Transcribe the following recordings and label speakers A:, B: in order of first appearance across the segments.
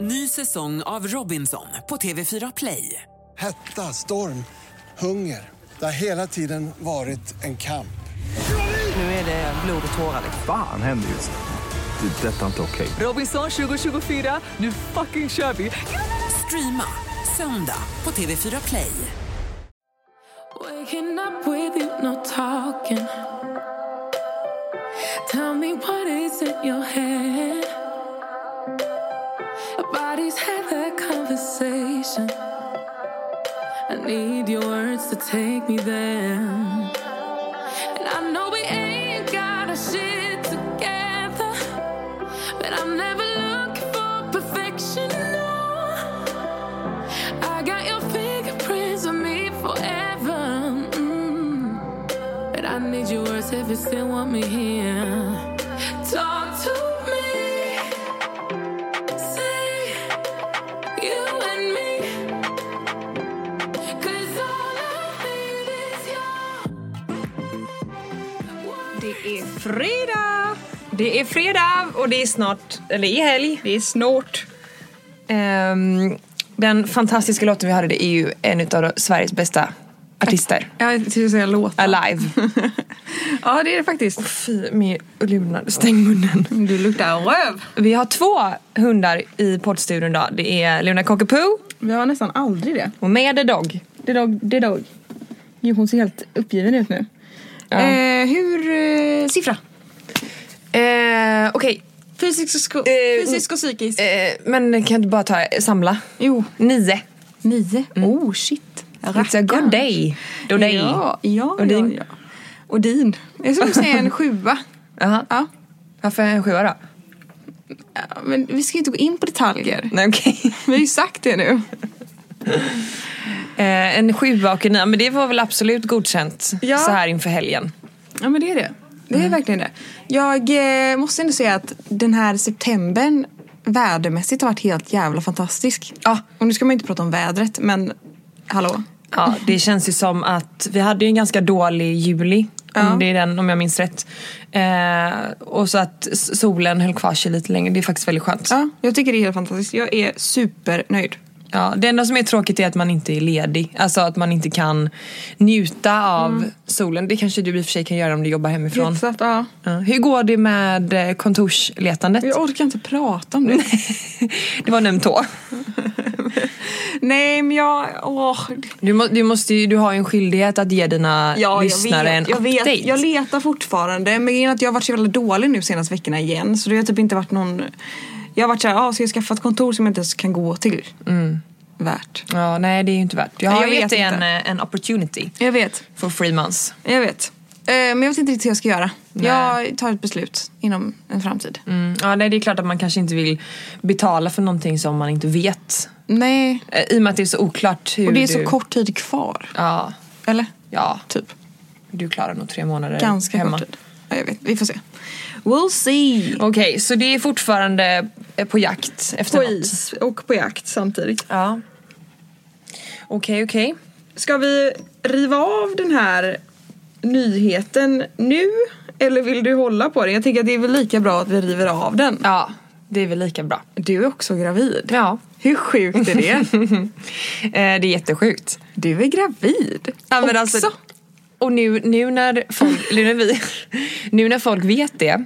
A: Ny säsong av Robinson på TV4 Play.
B: Hetta, storm, hunger. Det har hela tiden varit en kamp.
A: Nu är det blod och tårar. liksom.
C: Fan händer just nu. Det. är Detta är inte okej.
A: Robinson 2024, nu fucking kör vi! Streama söndag på TV4 Play.
D: Waking up with you, no talking. Tell me what is in your head. Our bodies had that conversation. I need your words to take me there. And I know we ain't got our shit together. But I'm never looking for perfection, no. I got your fingerprints on me forever. Mm. But I need your words if you still want me here. Talk to me. Say you and me. Cause all I need is your
E: Det är fredag! Det är fredag och det är snart, eller i helg, det är snart. Ehm, den fantastiska låten vi hörde det är ju en av Sveriges bästa artister.
F: Ja, jag skulle säga låt.
E: Alive.
F: Ja, det är det faktiskt.
E: Fy, med lydnad. Stäng munnen.
F: Du luktar röv.
E: Vi har två hundar i poddstudion idag. Det är Luna Cockapoo
F: Vi har nästan aldrig det.
E: och med The Dog.
F: Det är dog. Det är dog. Jo, hon ser helt uppgiven ut nu.
E: Ja.
F: Eh, hur... Eh, siffra?
E: Eh, Okej.
F: Fysisk och,
E: Eh,
F: fysisk och psykisk.
E: Eh, men kan jag inte bara ta, samla?
F: jo.
E: Nio.
F: Nio. Oh, shit.
E: It's a good day. Då day.
F: Ja, ja,
E: Och din?
F: ja, ja. Och din. Jag skulle säga en sjua.
E: Jaha.
F: Ja.
E: Varför en sjua då?
F: Ja, Men vi ska ju inte gå in på detaljer.
E: Nej okej.
F: Vi har ju sagt det nu.
E: Eh, en sjua och en nia, men det var väl absolut godkänt
F: Ja.
E: så här inför helgen.
F: Ja men det är det. Det är verkligen det. Jag eh, måste ändå säga att den här septembern vädermässigt har varit helt jävla fantastisk.
E: Ja.
F: Och nu ska man ju inte prata om vädret men hallå.
E: Ja, det känns ju som att vi hade ju en ganska dålig juli.
F: Ja.
E: Om, det är den, om jag minns rätt. Eh, och så att s- solen höll kvar sig lite längre. Det är faktiskt väldigt skönt.
F: Ja, jag tycker det är helt fantastiskt. Jag är supernöjd.
E: Ja, det enda som är tråkigt är att man inte är ledig. Alltså att man inte kan njuta av
F: Mm.
E: solen. Det kanske du i och för sig kan göra om du jobbar hemifrån.
F: Jättesatt, ja.
E: Ja. Hur går det med eh, kontorsletandet?
F: Jag orkar inte prata om det.
E: Det var en öm tå.
F: Nej men jag... Åh.
E: Du, må, du, måste ju, du har ju en skyldighet att ge dina
F: Ja,
E: lyssnare
F: jag
E: en
F: vet. Jag,
E: update.
F: vet. jag letar fortfarande men grejen är att jag har varit så jävla dålig nu senaste veckorna igen så det har typ inte varit någon... Jag har varit såhär, ah, ska jag skaffa ett kontor som jag inte ens kan gå till?
E: Mm.
F: Värt.
E: Ja, nej det är ju inte värt. Jag
F: Nej,
E: har
F: jag
E: gett
F: vet
E: dig en,
F: inte.
E: eh, en opportunity
F: Jag vet.
E: för free months.
F: Jag vet. Eh, Men jag vet inte riktigt hur jag ska göra.
E: Nej.
F: Jag tar ett beslut inom en framtid.
E: Mm. Ja, nej, det är klart att man kanske inte vill betala för någonting som man inte vet.
F: Nej.
E: Eh, I och med att det är så oklart hur
F: Och det är
E: du...
F: så kort tid kvar.
E: Ja,
F: Eller?
E: ja,
F: Typ.
E: du klarar nog tre månader
F: Ganska
E: Eh, hemma.
F: kort tid. Ja, jag vet. Vi får se. We'll see.
E: Okej, så det är fortfarande eh, på jakt efter
F: På
E: något.
F: is och på jakt samtidigt.
E: Ja. Okej, okej.
F: Ska vi riva av den här nyheten nu? Eller vill du hålla på den? Jag tänker att det är väl lika bra att vi river av den.
E: Ja, det är väl lika bra.
F: Du är också gravid.
E: Ja.
F: Hur sjukt är det?
E: Eh, det är jättesjukt.
F: Du är gravid.
E: Ja, men
F: också.
E: Alltså, och nu, nu, när folk, eller när vi, nu när folk vet det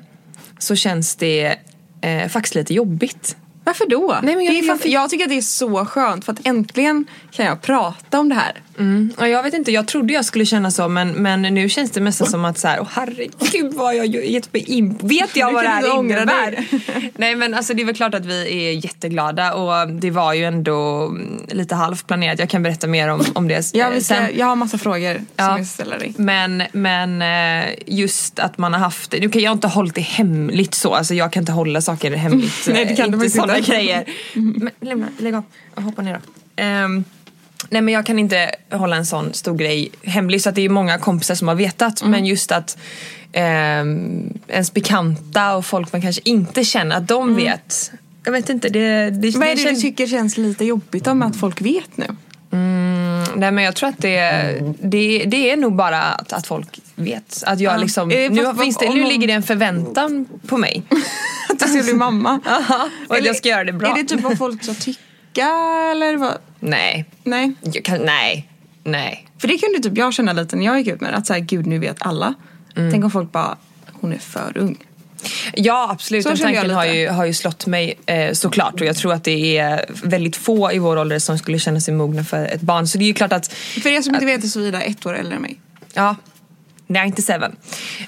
E: så känns det eh, faktiskt lite jobbigt.
F: Varför då?
E: Nej, men jag-
F: det är
E: jag
F: fan-
E: fick-
F: jag tycker att det är så skönt för att äntligen kan jag prata om det här.
E: Och Mm. jag vet inte, jag trodde jag skulle känna så men, men nu känns det nästan som att så här, åh herregud vad jag gett mig in på. Vet jag
F: Nu
E: vad det
F: kan du
E: här
F: ångra
E: innebär?
F: dig.
E: Nej men alltså det är väl klart att vi är jätteglada och det var ju ändå mm, lite halvt planerat. Jag kan berätta mer om, om det
F: Jag,
E: eh,
F: vill
E: sen.
F: säga, jag har massa frågor som jag ska ställa dig.
E: Men, men eh, just att man har haft det. Nu kan jag inte hålla det hemligt så. Alltså jag kan inte hålla saker hemligt. Eh,
F: Nej, det kan du
E: inte
F: faktiskt
E: sådana
F: inte.
E: grejer. Men, lämna, lägg av. Jag hoppar ner då. Ehm, nej men jag kan inte hålla en sån stor grej hemlig. Så att det är många kompisar som har vetat.
F: Mm.
E: Men just att ehm, ens bekanta och folk man kanske inte känner att de vet. Jag vet inte. Det, det,
F: Mm. Vad är det
E: känns-
F: du tycker känns lite jobbigt om att folk vet nu?
E: Nej men jag tror att det, det, det är nog bara att, att folk vet. Att jag liksom,
F: Eh, fast
E: nu,
F: vad-
E: finns det,
F: om
E: nu
F: någon-
E: ligger det en förväntan på mig.
F: tills jag blir mamma.
E: och att jag ska göra det bra.
F: Är det typ vad folk ska tycka eller vad?
E: Nej.
F: Nej.
E: Jag kan, nej. Nej.
F: För det kunde typ jag känna lite när jag gick ut med det, att så här, gud nu vet alla. Tänk om folk bara, hon är för ung.
E: Ja absolut,
F: Så
E: den
F: känner jag
E: tanken har
F: lite.
E: ju, har ju slått mig eh, såklart och jag tror att det är väldigt få i vår ålder som skulle känna sig mogna för ett barn. Så det är ju klart att,
F: För er som inte vet är Sofia ett år äldre än mig.
E: ja, nej inte seven.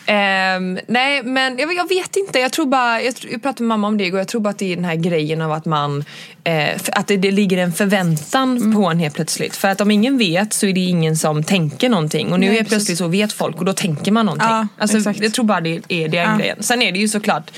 E: Ehm, nej men jag, jag vet inte, jag tror bara, jag, tr- jag pratade med mamma om det igår, jag tror bara att det är den här grejen av att man, eh, f- att det, det ligger en förväntan
F: Mm.
E: på en helt plötsligt. För att om ingen vet så är det ingen som tänker någonting och nu
F: Nej,
E: är plötsligt
F: precis.
E: så vet folk och då tänker man någonting.
F: Ja,
E: alltså,
F: exakt.
E: jag tror bara det är det
F: Ja.
E: grejen. Sen är det ju såklart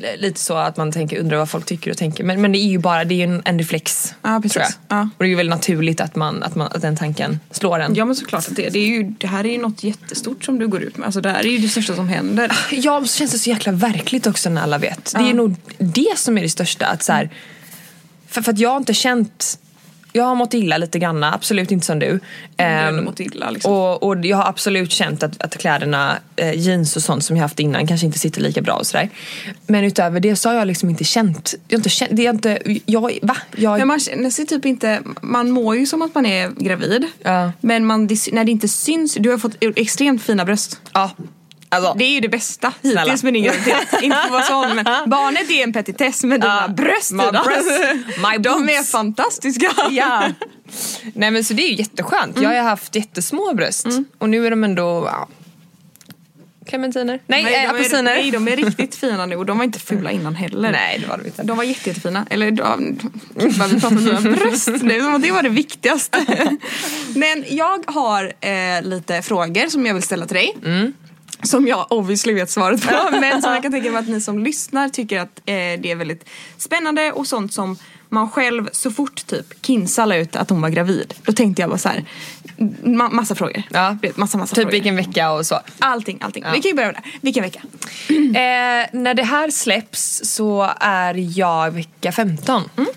E: eh, lite så att man tänker, undrar vad folk tycker och tänker. Men, men det är ju bara det är ju en, en reflex.
F: Ja, precis.
E: Tror jag.
F: Ja.
E: Och det är ju väl naturligt att, man, att, man, att den tanken slår en.
F: Ja men såklart att det, det, är ju, det här är ju något jättestort som du går ut med. Alltså det här är ju det största som händer.
E: Ja, och så känns det så jäkla verkligt också när alla vet. Det är nog det som är det största. Att så här, för, för att jag har inte känt... Jag har mått illa lite grann, absolut inte som du.
F: har
E: Ehm,
F: ändå mått illa, liksom.
E: och, och jag har absolut känt att, att kläderna, eh, jeans och sånt som jag haft innan kanske inte sitter lika bra och sådär. Men utöver det så har jag liksom inte känt... Jag har inte känt... Det är inte... Jag, va? Jag,
F: Men man känner sig typ inte, man mår ju som att man är gravid.
E: Ja.
F: Men man, det, sy- när det inte syns, du har fått e- extremt fina bröst.
E: ja. Alltså,
F: Det är ju det bästa
E: Snälla.
F: hittills med din graviditet. Inte för att vara sån men barnet är en petitess men dina
E: Ja.
F: bröst
E: My
F: Ida,
E: breasts. My
F: de är
E: boobs.
F: fantastiska.
E: Ja. Nej men så det är ju jätteskönt. Jag
F: Mm.
E: har haft jättesmå bröst och nu är de ändå ja. clementiner. Nej,
F: Nej,
E: eh,
F: de är,
E: apelsiner.
F: nej de är riktigt fina nu och de var inte fula innan heller.
E: Nej, det var de inte.
F: De var jätte, jättefina. Eller de, gud, vad vi pratar om mina bröst nu. som att Det var det viktigaste. Men jag har eh, lite frågor som jag vill ställa till dig. Som jag obviously vet svaret på. Men som jag kan tänka mig att ni som lyssnar tycker att eh, det är väldigt spännande och sånt som man själv, så fort typ Kinsa la ut att hon var gravid, då tänkte jag bara så här, ma- massa frågor.
E: Ja.
F: Du vet, Massa, massa
E: Typ
F: frågor.
E: vilken vecka och så.
F: Allting, allting. Vi kan ju börja med det. Vilken vecka? Mm.
E: Eh, när det här släpps så är jag vecka 15.
F: Mm.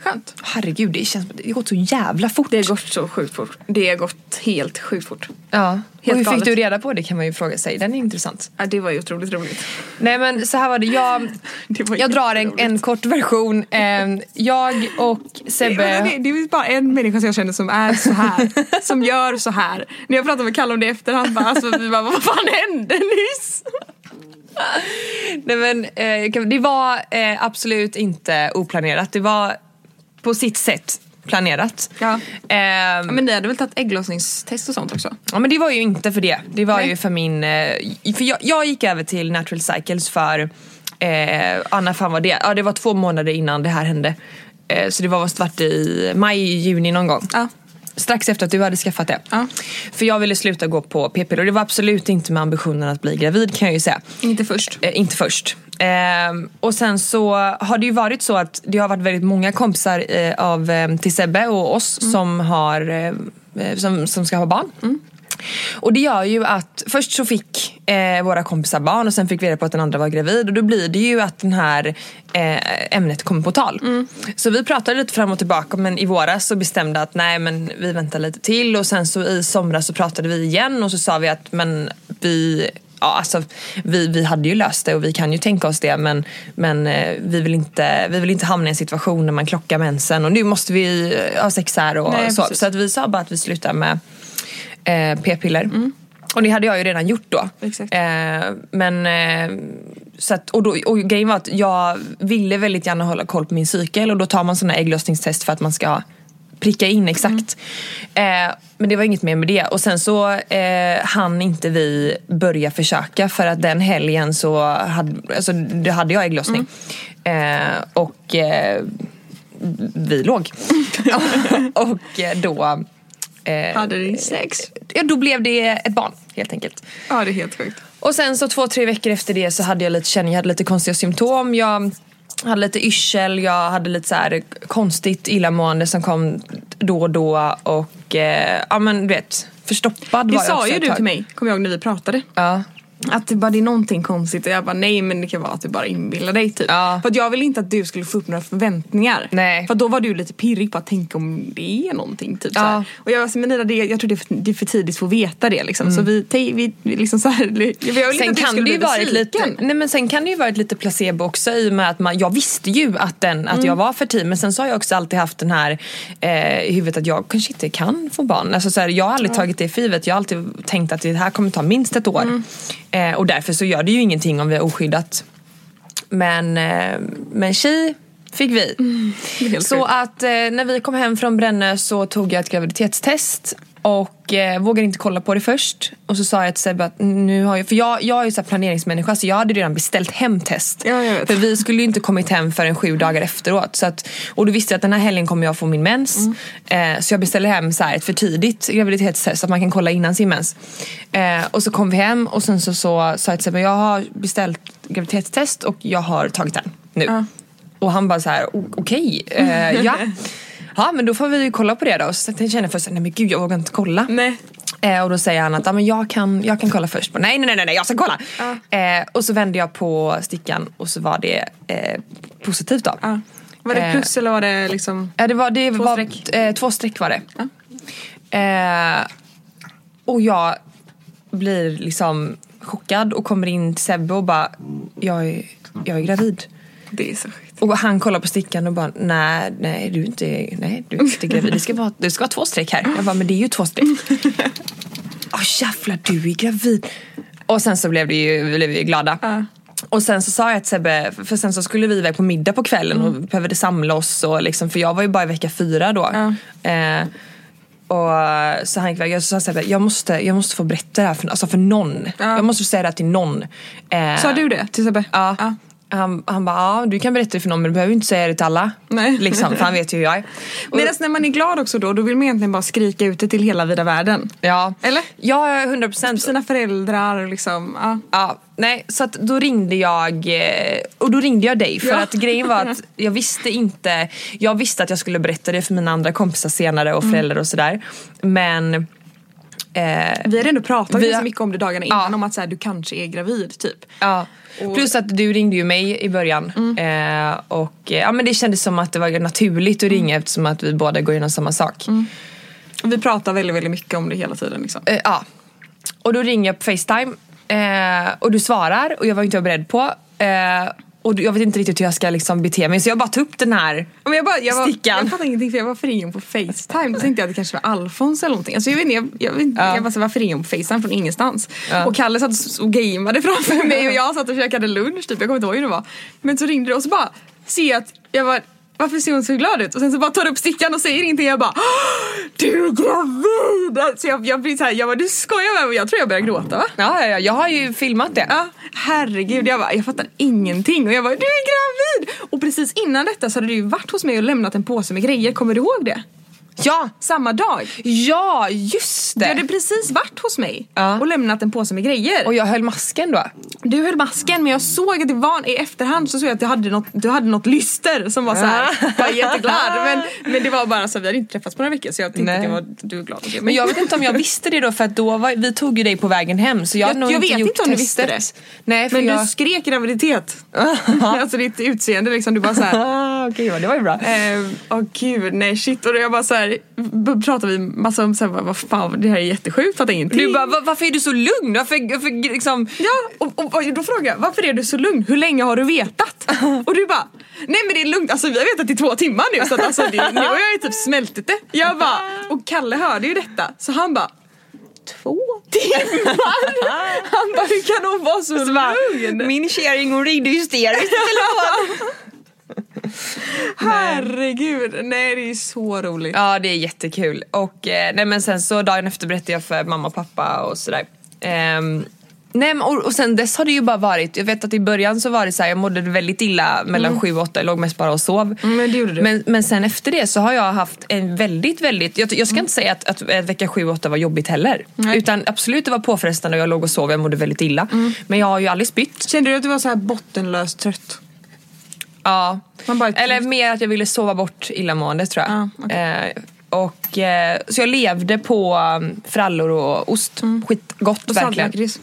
F: Skönt.
E: Herregud, det känns det har gått så jävla fort.
F: Det har gått så sjukt fort. Det har gått helt sjukt fort.
E: Ja. Och hur fick
F: galet.
E: du reda på det kan man ju fråga sig. Den är intressant.
F: Ja, det var ju otroligt roligt.
E: Nej men så här var det. Jag,
F: Det var
E: jag drar en, en kort version. Eh, jag och Sebbe...
F: Vänta, Det, det är bara en människa som jag känner som är så här. som gör så här. När jag pratade med Kalle om det efter, han bara, alltså, vi bara vad fan hände nyss?
E: Nej, men, eh, kan- det var eh, absolut inte oplanerat. Det var på sitt sätt planerat.
F: Ja.
E: Ehm,
F: Men ni hade väl tagit ägglossningstest och sånt också?
E: Ja men det var ju inte för det. Det var
F: Nej.
E: ju för min... eh, För jag, jag gick över till Natural Cycles för... Eh, ja, när fan var det? Ja det var två månader innan det här hände. Eh, så det var svart i maj, juni någon gång.
F: Ja.
E: Strax efter att du hade skaffat det.
F: Ja.
E: För jag ville sluta gå på p-piller och det var absolut inte med ambitionen att bli gravid kan jag ju säga.
F: Inte först.
E: Eh, inte först. Ehm, och sen så har det ju varit så att det har varit väldigt många kompisar eh, av, eh, till Sebbe och oss som, har, eh, som, som ska ha barn. Och det gör ju att först så fick eh, våra kompisar barn och sen fick vi reda på att den andra var gravid och då blir det ju att den här eh, ämnet kommer på tal. Så vi pratade lite fram och tillbaka men i våras så bestämde att nej men vi väntar lite till och sen så i somras så pratade vi igen och så sa vi att men vi Ja, alltså, vi, vi hade ju löst det och vi kan ju tänka oss det men, men eh, vi, vill inte, vi vill inte hamna i en situation när man klockar mensen och nu måste vi eh, ha sex här och
F: Nej,
E: så.
F: precis.
E: Så att vi sa bara att vi slutar med eh, p-piller. Och det hade jag ju redan gjort då.
F: Exakt.
E: Eh, men, eh, så att, och, då, och grejen var att jag ville väldigt gärna hålla koll på min cykel och då tar man sådana ägglossningstest för att man ska pricka in exakt. Eh, men det var inget mer med det. Och sen så eh, hann inte vi börja försöka för att den helgen så hade, alltså, då hade jag ägglossning. Eh, och eh, vi låg. och eh, då eh,
F: Hade ni sex?
E: ja, då blev det ett barn helt enkelt.
F: Ja, det är helt sjukt.
E: Och sen så två, tre veckor efter det så hade jag lite känning, jag hade lite konstiga symptom. Jag hade lite yrsel, jag hade lite så här konstigt illamående som kom då och då och eh, ja men du vet förstoppad
F: Det
E: var jag
F: sa
E: också
F: ju
E: ett
F: du
E: tag.
F: till mig, kommer jag ihåg när vi pratade.
E: Ja.
F: Att det bara det är någonting konstigt och jag bara nej men det kan vara att du bara inbillar dig typ.
E: Ja.
F: För att jag vill inte att du skulle få upp några förväntningar.
E: Nej.
F: För att då var du lite pirrig på att tänka om det är någonting typ
E: Ja.
F: så här. Och jag var så, men Nina, det, jag tror det är, för, det är för tidigt för att veta det liksom. Så vi, te, vi, vi liksom så här, jag vill inte
E: Mm. Sen
F: att du
E: kan,
F: skulle
E: det ju
F: bli
E: varit lite,
F: besviken.
E: nej men sen kan det ju varit lite placebo också i och med att man, jag visste ju att, den, att jag
F: Mm.
E: var för tid men sen så har jag också alltid haft den här eh, i huvudet att jag kanske inte kan få barn. Alltså så här, jag har aldrig tagit det för givet. Jag har alltid tänkt att det här kommer ta minst ett år.
F: Mm.
E: Eh, och därför så gör det ju ingenting om vi är oskyddat. Men, eh, men tji fick vi.
F: Mm. helt
E: så
F: sjukt.
E: att eh, när vi kom hem från Brännö så tog jag ett graviditetstest och eh, vågade inte kolla på det först. Och så sa jag till Sebbe att nu har jag, för jag, jag är ju så här planeringsmänniska så jag hade redan beställt hem test.
F: Ja, jag vet.
E: För vi skulle ju inte kommit hem förrän sju dagar efteråt. Så att, och då visste jag att den här helgen kommer jag få min mens. Eh, så jag beställde hem så här ett för tidigt graviditetstest så att man kan kolla innan sin mens. Eh, och så kom vi hem och sen så, så sa jag till Sebbe jag har beställt graviditetstest och jag har tagit den nu. Och han bara så här, "O- okej, eh, ja. Ja men då får vi kolla på det då. Så jag känner först, nej men gud jag vågar inte kolla.
F: Nej.
E: Eh, och då säger han att ah, men jag, kan, jag kan kolla först. Bara, nej, nej, nej, nej, jag ska kolla. Eh, och så vände jag på stickan och så var det eh, positivt då.
F: Ja. Var det
E: Eh,
F: plus eller var det liksom?
E: Ja, det var, det
F: Två
E: var,
F: streck.
E: Eh, två streck var det. Eh, och jag blir liksom chockad och kommer in till Sebbe och bara, jag är, jag är gravid.
F: Det är så sjukt.
E: Och han kollar på stickan och bara nej, nej du är inte, nej, du är inte gravid. Det ska, vara, det ska vara två streck här. Jag bara men det är ju två streck. Åh jävlar du är gravid. Och sen så blev, det ju, blev vi glada. Och sen så sa jag till Sebbe, för sen så skulle vi iväg på middag på kvällen
F: Mm.
E: och behövde samla oss och liksom, för jag var ju bara i vecka fyra då. Eh, och så han gick iväg och så sa jag Sebbe, jag måste, jag måste få berätta det här för, alltså för någon. Jag måste säga det här till någon. Eh,
F: Sa du det till Sebbe?
E: Ja. Han, han bara, ja du kan berätta det för någon men du behöver ju inte säga det till alla.
F: Nej.
E: Liksom, för han vet ju hur jag är. Och-
F: Medan när man är glad också då, då vill man egentligen bara skrika ut det till hela vida världen.
E: ja.
F: Eller?
E: Ja, 100 procent.
F: Sina föräldrar och liksom, ja.
E: Ja, nej, så att då ringde jag eh, och då ringde jag dig för
F: Ja.
E: att grejen var att jag visste inte. Jag visste att jag skulle berätta det för mina andra kompisar senare
F: Mm.
E: och föräldrar och sådär. Men eh,
F: Vi hade ändå pratat
E: Vi
F: ganska
E: har-
F: mycket om det dagarna innan
E: Ja.
F: om att så här, du kanske är gravid typ.
E: Ja.
F: Och- Mm.
E: Plus att du ringde ju mig i början. Eh, och eh, ja, men det kändes som att det var naturligt
F: Mm.
E: att ringa eftersom att vi båda går igenom samma sak.
F: Och Vi pratar väldigt, väldigt mycket om det hela tiden liksom.
E: Eh, ja. Och då ringer jag på Facetime eh, och du svarar och jag var inte beredd på. Eh, och du- jag vet inte riktigt hur jag ska liksom bete mig så jag bara tog upp den här.
F: Men jag, bara, jag, var,
E: Stickan.
F: jag fattar ingenting för jag var för ingen på Facetime. Då tänkte jag att det kanske var Alfons eller någonting. Alltså jag vet inte, jag, jag, vet inte,
E: Ja.
F: jag bara så, varför ringer hon på Facetime från ingenstans?
E: Ja.
F: Och Kalle satt och s- och gameade framför mig och jag satt och käkade lunch typ. Jag kommer inte ihåg hur det var. Men så ringde det och så bara ser jag att jag var varför ser hon så glad ut? Och sen så bara tar jag upp stickan och säger ingenting. Jag bara "Åh, Du är gravid! Så jag, jag blir så här, jag bara du skojar med mig. Jag tror jag börjar gråta va?
E: Ja, ja, ja, jag har ju filmat det.
F: Ja, herregud, jag, bara, jag fattar ingenting. Och jag bara, du är gravid! Och precis innan detta så hade du ju varit hos mig och lämnat en påse med grejer. Kommer du ihåg det?
E: Ja,
F: Samma dag.
E: ja just
F: Du
E: det.
F: hade precis varit hos mig
E: Ja.
F: och lämnat en påse med grejer.
E: Och jag höll masken då.
F: Du höll masken men jag såg att det var, i efterhand så såg jag att du hade något, du hade något lyster som var så här, jag är jätteglad. Men, men det var bara så, vi hade inte träffats på några veckor så jag tänkte
E: Nej.
F: att jag var, du är glad att se
E: Men
F: mig.
E: jag vet inte om jag visste det då för att då var, vi tog ju dig på vägen hem så jag,
F: Jag-
E: hade nog
F: jag
E: inte
F: vet
E: gjort
F: inte om du visste
E: testet.
F: det.
E: Nej, för
F: men
E: jag...
F: du skrek graviditet. alltså ditt utseende liksom, du bara så här.
E: Ah, Okej, ja, det var ju bra.
F: Eh, Åh gud, nej shit. Och då jag bara så här, b- pratar vi massa om så här, vad- vad fan, det här är jättesjukt, fattar ingenting.
E: Du bara, "Va- varför är du så lugn? Varför, varför liksom...
F: Ja, och, och, och då frågar jag varför är du så lugn? Hur länge har du vetat? Och du bara, nej men det är lugnt, alltså vi har vetat i två timmar nu så att alltså, det, nu har jag ju typ smältit det. Jag bara, och Kalle hörde ju detta så han bara, två timmar? Han bara, hur kan hon vara så,
E: Så bara,
F: lugn?
E: Min kärring hon ringde hysteriskt.
F: Herregud, nej det är så roligt.
E: Ja, det är jättekul. Och eh, nej, men sen så dagen efter berättade jag för mamma och pappa och sådär. Ehm, nej, men, och, och sen dess har det ju bara varit, jag vet att i början så var det så här, jag mådde väldigt illa mellan sju och åtta, jag låg mest bara och sov.
F: Mm, men det gjorde du.
E: Men, men sen efter det så har jag haft en väldigt, väldigt, jag, jag ska inte säga att, att, eh, vecka sju och åtta var jobbigt heller.
F: Mm. Nej. Mm.
E: Utan absolut det var påfrestande och jag låg och sov, jag mådde väldigt illa. Men jag har ju aldrig spytt.
F: Kände du att du var så här bottenlöst trött?
E: Ja.
F: Man bara-
E: Eller mer att jag ville sova bort illamåendet tror jag.
F: Ja, okej.
E: eh, och, eh, så jag levde på um, mm, frallor och ost. Skitgott
F: Mm. Och
E: verkligen.
F: saltlakrits.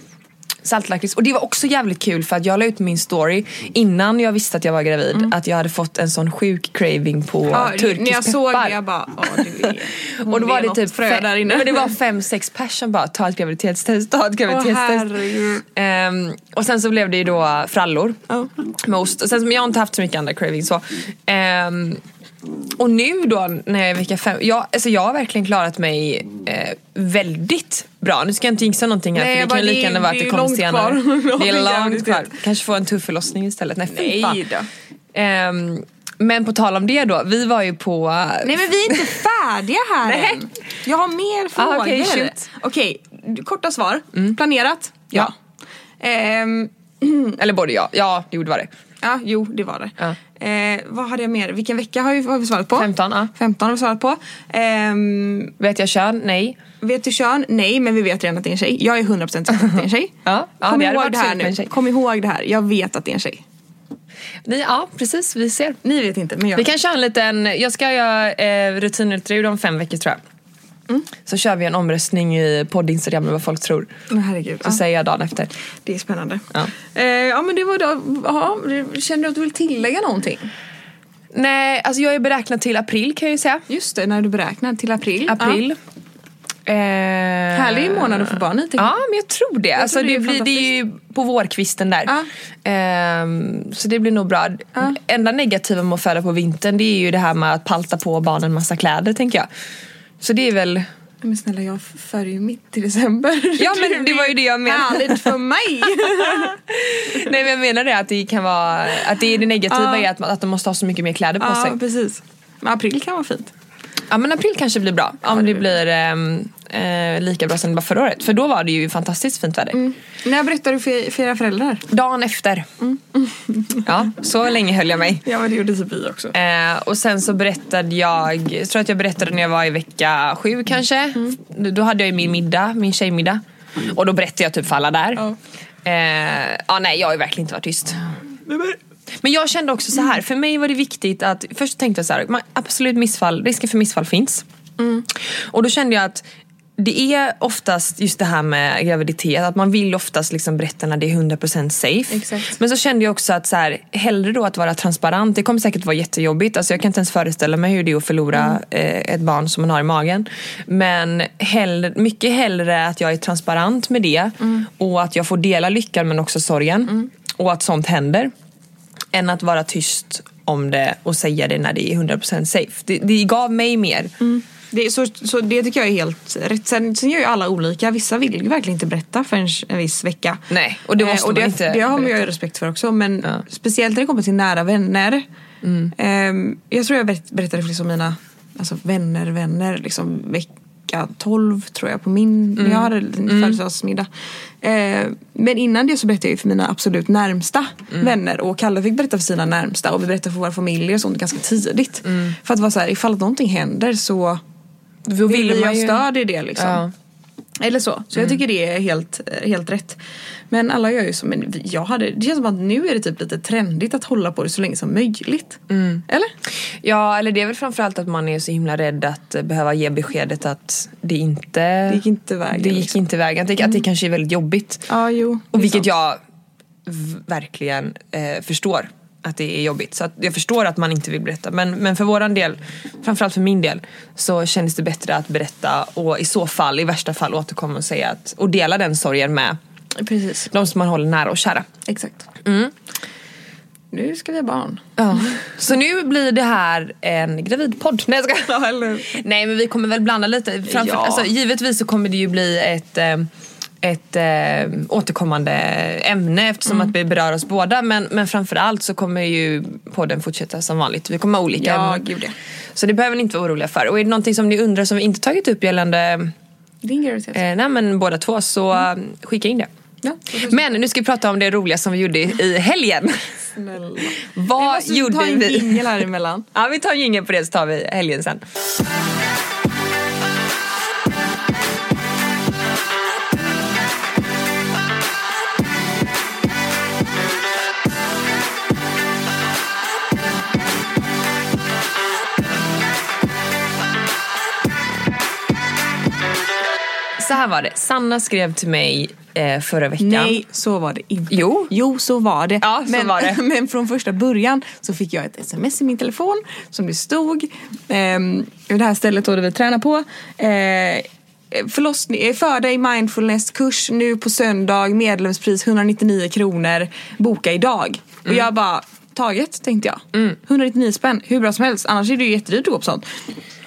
E: saltlakrits. Och det var också jävligt kul för att jag la ut min story innan jag visste att jag var gravid. Att jag hade fått en sån sjuk craving på
F: Mm. Ja,
E: turkisk
F: när jag såg
E: peppar.
F: det jag bara, åh du är,
E: Och då var det
F: något
E: typ
F: frö
E: fem,
F: där inne.
E: Men det var fem, sex pers som bara ta ett graviditetstest, ta ett graviditetstest.
F: herregud.
E: Ehm, och sen så blev det ju då frallor
F: Ja.
E: med ost. Och sen, men jag har inte haft så mycket andra cravings. Så. Ehm, och nu då, när jag är i vecka fem, jag, alltså jag har verkligen klarat mig eh, väldigt bra. Nu ska jag inte jinxa någonting här
F: Nej,
E: för det
F: jag bara,
E: kan ju
F: det
E: lika
F: är-
E: gärna vara att
F: det
E: det
F: är
E: kommer
F: långt
E: senare.
F: kvar.
E: Det
F: Ja,
E: är
F: det är
E: långt kvar.
F: graviditet.
E: Kanske få en tuff förlossning istället. Nej, fy
F: Nej
E: fan.
F: då.
E: Ehm, men på tal om det då, vi var ju på...
F: Nej men vi är inte färdiga här
E: Nej.
F: än. Jag har mer frågor.
E: Ah, okej, shoot.
F: Okej, korta svar. Planerat?
E: Ja.
F: Ehm,
E: Eller både ja, ja det gjorde var det.
F: ja, jo det var det.
E: Ja.
F: Eh, vad hade jag mer? Vilken vecka har vi, har vi svarat på?
E: 15, ja.
F: 15 har vi svarat på. Ehm,
E: Vet jag kön? Nej.
F: vet du kön? Nej, men vi vet redan att det är en tjej. Jag är 100% säker på att det är en tjej.
E: Ja, ja,
F: Kom
E: det hade
F: ihåg
E: varit
F: det här
E: synd med en
F: nu.
E: tjej.
F: Kom ihåg det här. Jag vet att det är en tjej.
E: Ni, ja, precis. Vi ser.
F: Ni vet inte, men jag
E: Vi kan köra en liten... Jag ska göra eh, rutinultraljud om fem veckor tror jag.
F: Mm.
E: Så kör vi en omröstning i podd Instagram med vad folk tror.
F: Åh, herregud.
E: Så
F: Ja.
E: säger jag dagen efter.
F: Det är spännande.
E: Ja.
F: Eh, ja men det var då, ja, känner du att du vill tillägga någonting?
E: Nej, alltså jag är beräknad till april kan jag ju säga.
F: Just det, när du beräknar till april.
E: April. Eh,
F: Ja. Härlig månad att få barn i.
E: Ja, men jag tror det. alltså,
F: tror det
E: det, blir,
F: är
E: det är ju på vårkvisten där.
F: Ja.
E: Ehm, så det blir nog bra. Enda negativa med att föda på vintern det är ju det här med att palta på barnen massa kläder tänker jag. Så det är väl...
F: Men snälla jag för ju mitt i december.
E: Ja, men det var ju det jag menade.
F: Härligt för mig!
E: Nej men jag menar det att det kan vara... Att det, är det negativa
F: Ja.
E: är att, man- att de måste ha så mycket mer kläder på sig.
F: ja precis. Men april kan vara fint.
E: Ja men april kanske blir bra. om det blir ehm, eh, lika bra som det var förra året. För då var det ju fantastiskt fint väder.
F: Mm. När berättar du för, för era föräldrar?
E: Dagen efter.
F: Mm.
E: Ja, så länge höll jag mig.
F: Ja men det gjorde typ vi också.
E: Eh, och sen så berättade jag, jag tror att jag berättade när jag var i vecka sju kanske.
F: Mm.
E: Då hade jag ju min middag, min tjejmiddag. Och då berättade jag typ för alla där.
F: Ja.
E: Eh, ja, nej, jag har ju verkligen inte varit tyst. Men jag kände också så här, för mig var det viktigt att, först tänkte jag så här, man, absolut missfall, risken för missfall finns.
F: Mm.
E: Och då kände jag att det är oftast just det här med graviditet, att man vill oftast liksom berätta när det är 100% safe.
F: Exakt.
E: Men så kände jag också att så här, hellre då att vara transparent, det kommer säkert vara jättejobbigt. Alltså jag kan inte ens föreställa mig hur det är att förlora eh, ett barn som man har i magen. Men hellre, mycket hellre att jag är transparent med det och att jag får dela lyckan men också sorgen. Och att sånt händer än att vara tyst om det och säga det när det är 100% safe. Det, det gav mig mer.
F: Det, är- så, så det tycker jag är helt rätt. Sen, sen gör ju alla olika. Vissa vill ju verkligen inte berätta förrän en viss vecka. Eh,
E: Nej, och det måste
F: och
E: man
F: det,
E: inte
F: Det har man
E: berätta.
F: ju respekt för också. Men
E: Ja. Mm.
F: speciellt när det kommer till nära vänner. Ehm, jag tror jag berätt- berättade för liksom mina alltså vänner, vänner, liksom vecka 12 tror jag på min,
E: Mm.
F: när jag hade en födelsedagsmiddag. Ehm, men innan det så berättade jag ju för mina absolut närmsta
E: Mm.
F: vänner och Kalle fick berätta för sina närmsta och vi berättade för våra familjer och sånt ganska tidigt.
E: Mm.
F: För att vara såhär, ifall att någonting händer så
E: Då
F: vill vi ha stöd i det liksom.
E: Ja. Mm.
F: Eller så. Så jag tycker det är helt, eh, helt rätt. Men alla gör ju så. Men vi- jag hade, det känns som att nu är det typ lite trendigt att hålla på det så länge som möjligt.
E: Mm.
F: Eller?
E: Ja, eller det är väl framförallt att man är så himla rädd att eh, behöva ge beskedet att det inte...
F: Det gick inte vägen,
E: Det gick
F: liksom.
E: inte vägen. Att det, att det kanske är väldigt jobbigt.
F: Ja, jo. det är
E: Och vilket
F: sant.
E: jag v- verkligen eh, förstår att det är jobbigt. Så att jag förstår att man inte vill berätta. Men, men för våran del, framförallt för min del, så kändes det bättre att berätta och i så fall, i värsta fall återkomma och säga att, och dela den sorgen med
F: Liksom. Precis.
E: de som man håller nära och kära.
F: Exakt.
E: Mm.
F: Nu ska vi ha barn.
E: Ja. Så nu blir det här en gravidpodd. Nej, jag ska... Nej men vi kommer väl blanda lite. Framför...
F: Ja.
E: Alltså, givetvis så kommer det ju bli ett, eh, ett eh, återkommande ämne eftersom
F: Mm.
E: att vi berör oss båda. Men, men framförallt så kommer ju podden fortsätta som vanligt. Vi kommer ha olika
F: Ja,
E: ämnen.
F: gud, ja.
E: Så det behöver ni inte vara oroliga för. Och är det någonting som ni undrar som vi inte tagit upp gällande
F: Din graviditet.
E: eh, nej, men båda två så
F: Mm.
E: eh, skicka in det.
F: Ja.
E: Men nu ska vi prata om det roliga som vi gjorde i- i helgen.
F: Snälla. Vi
E: Vad
F: måste
E: gjorde
F: ta en
E: vi?
F: jingel här emellan.
E: Ja, vi tar ingen på det så tar vi helgen sen. Så här var det. Sanna skrev till mig eh, förra veckan.
F: Nej, så var det inte.
E: Jo.
F: Jo, så var det.
E: Ja, så
F: men,
E: var det.
F: men från första början så fick jag ett sms i min telefon som det stod, ehm, det här stället då där vi tränar på, eh, Förlossning, eh, för dig mindfulnesskurs nu på söndag, medlemspris 199 kronor, boka idag.
E: Mm.
F: Och jag bara, taget tänkte jag. 199 spänn, hur bra som helst, annars är det ju jättedyrt att gå på sånt.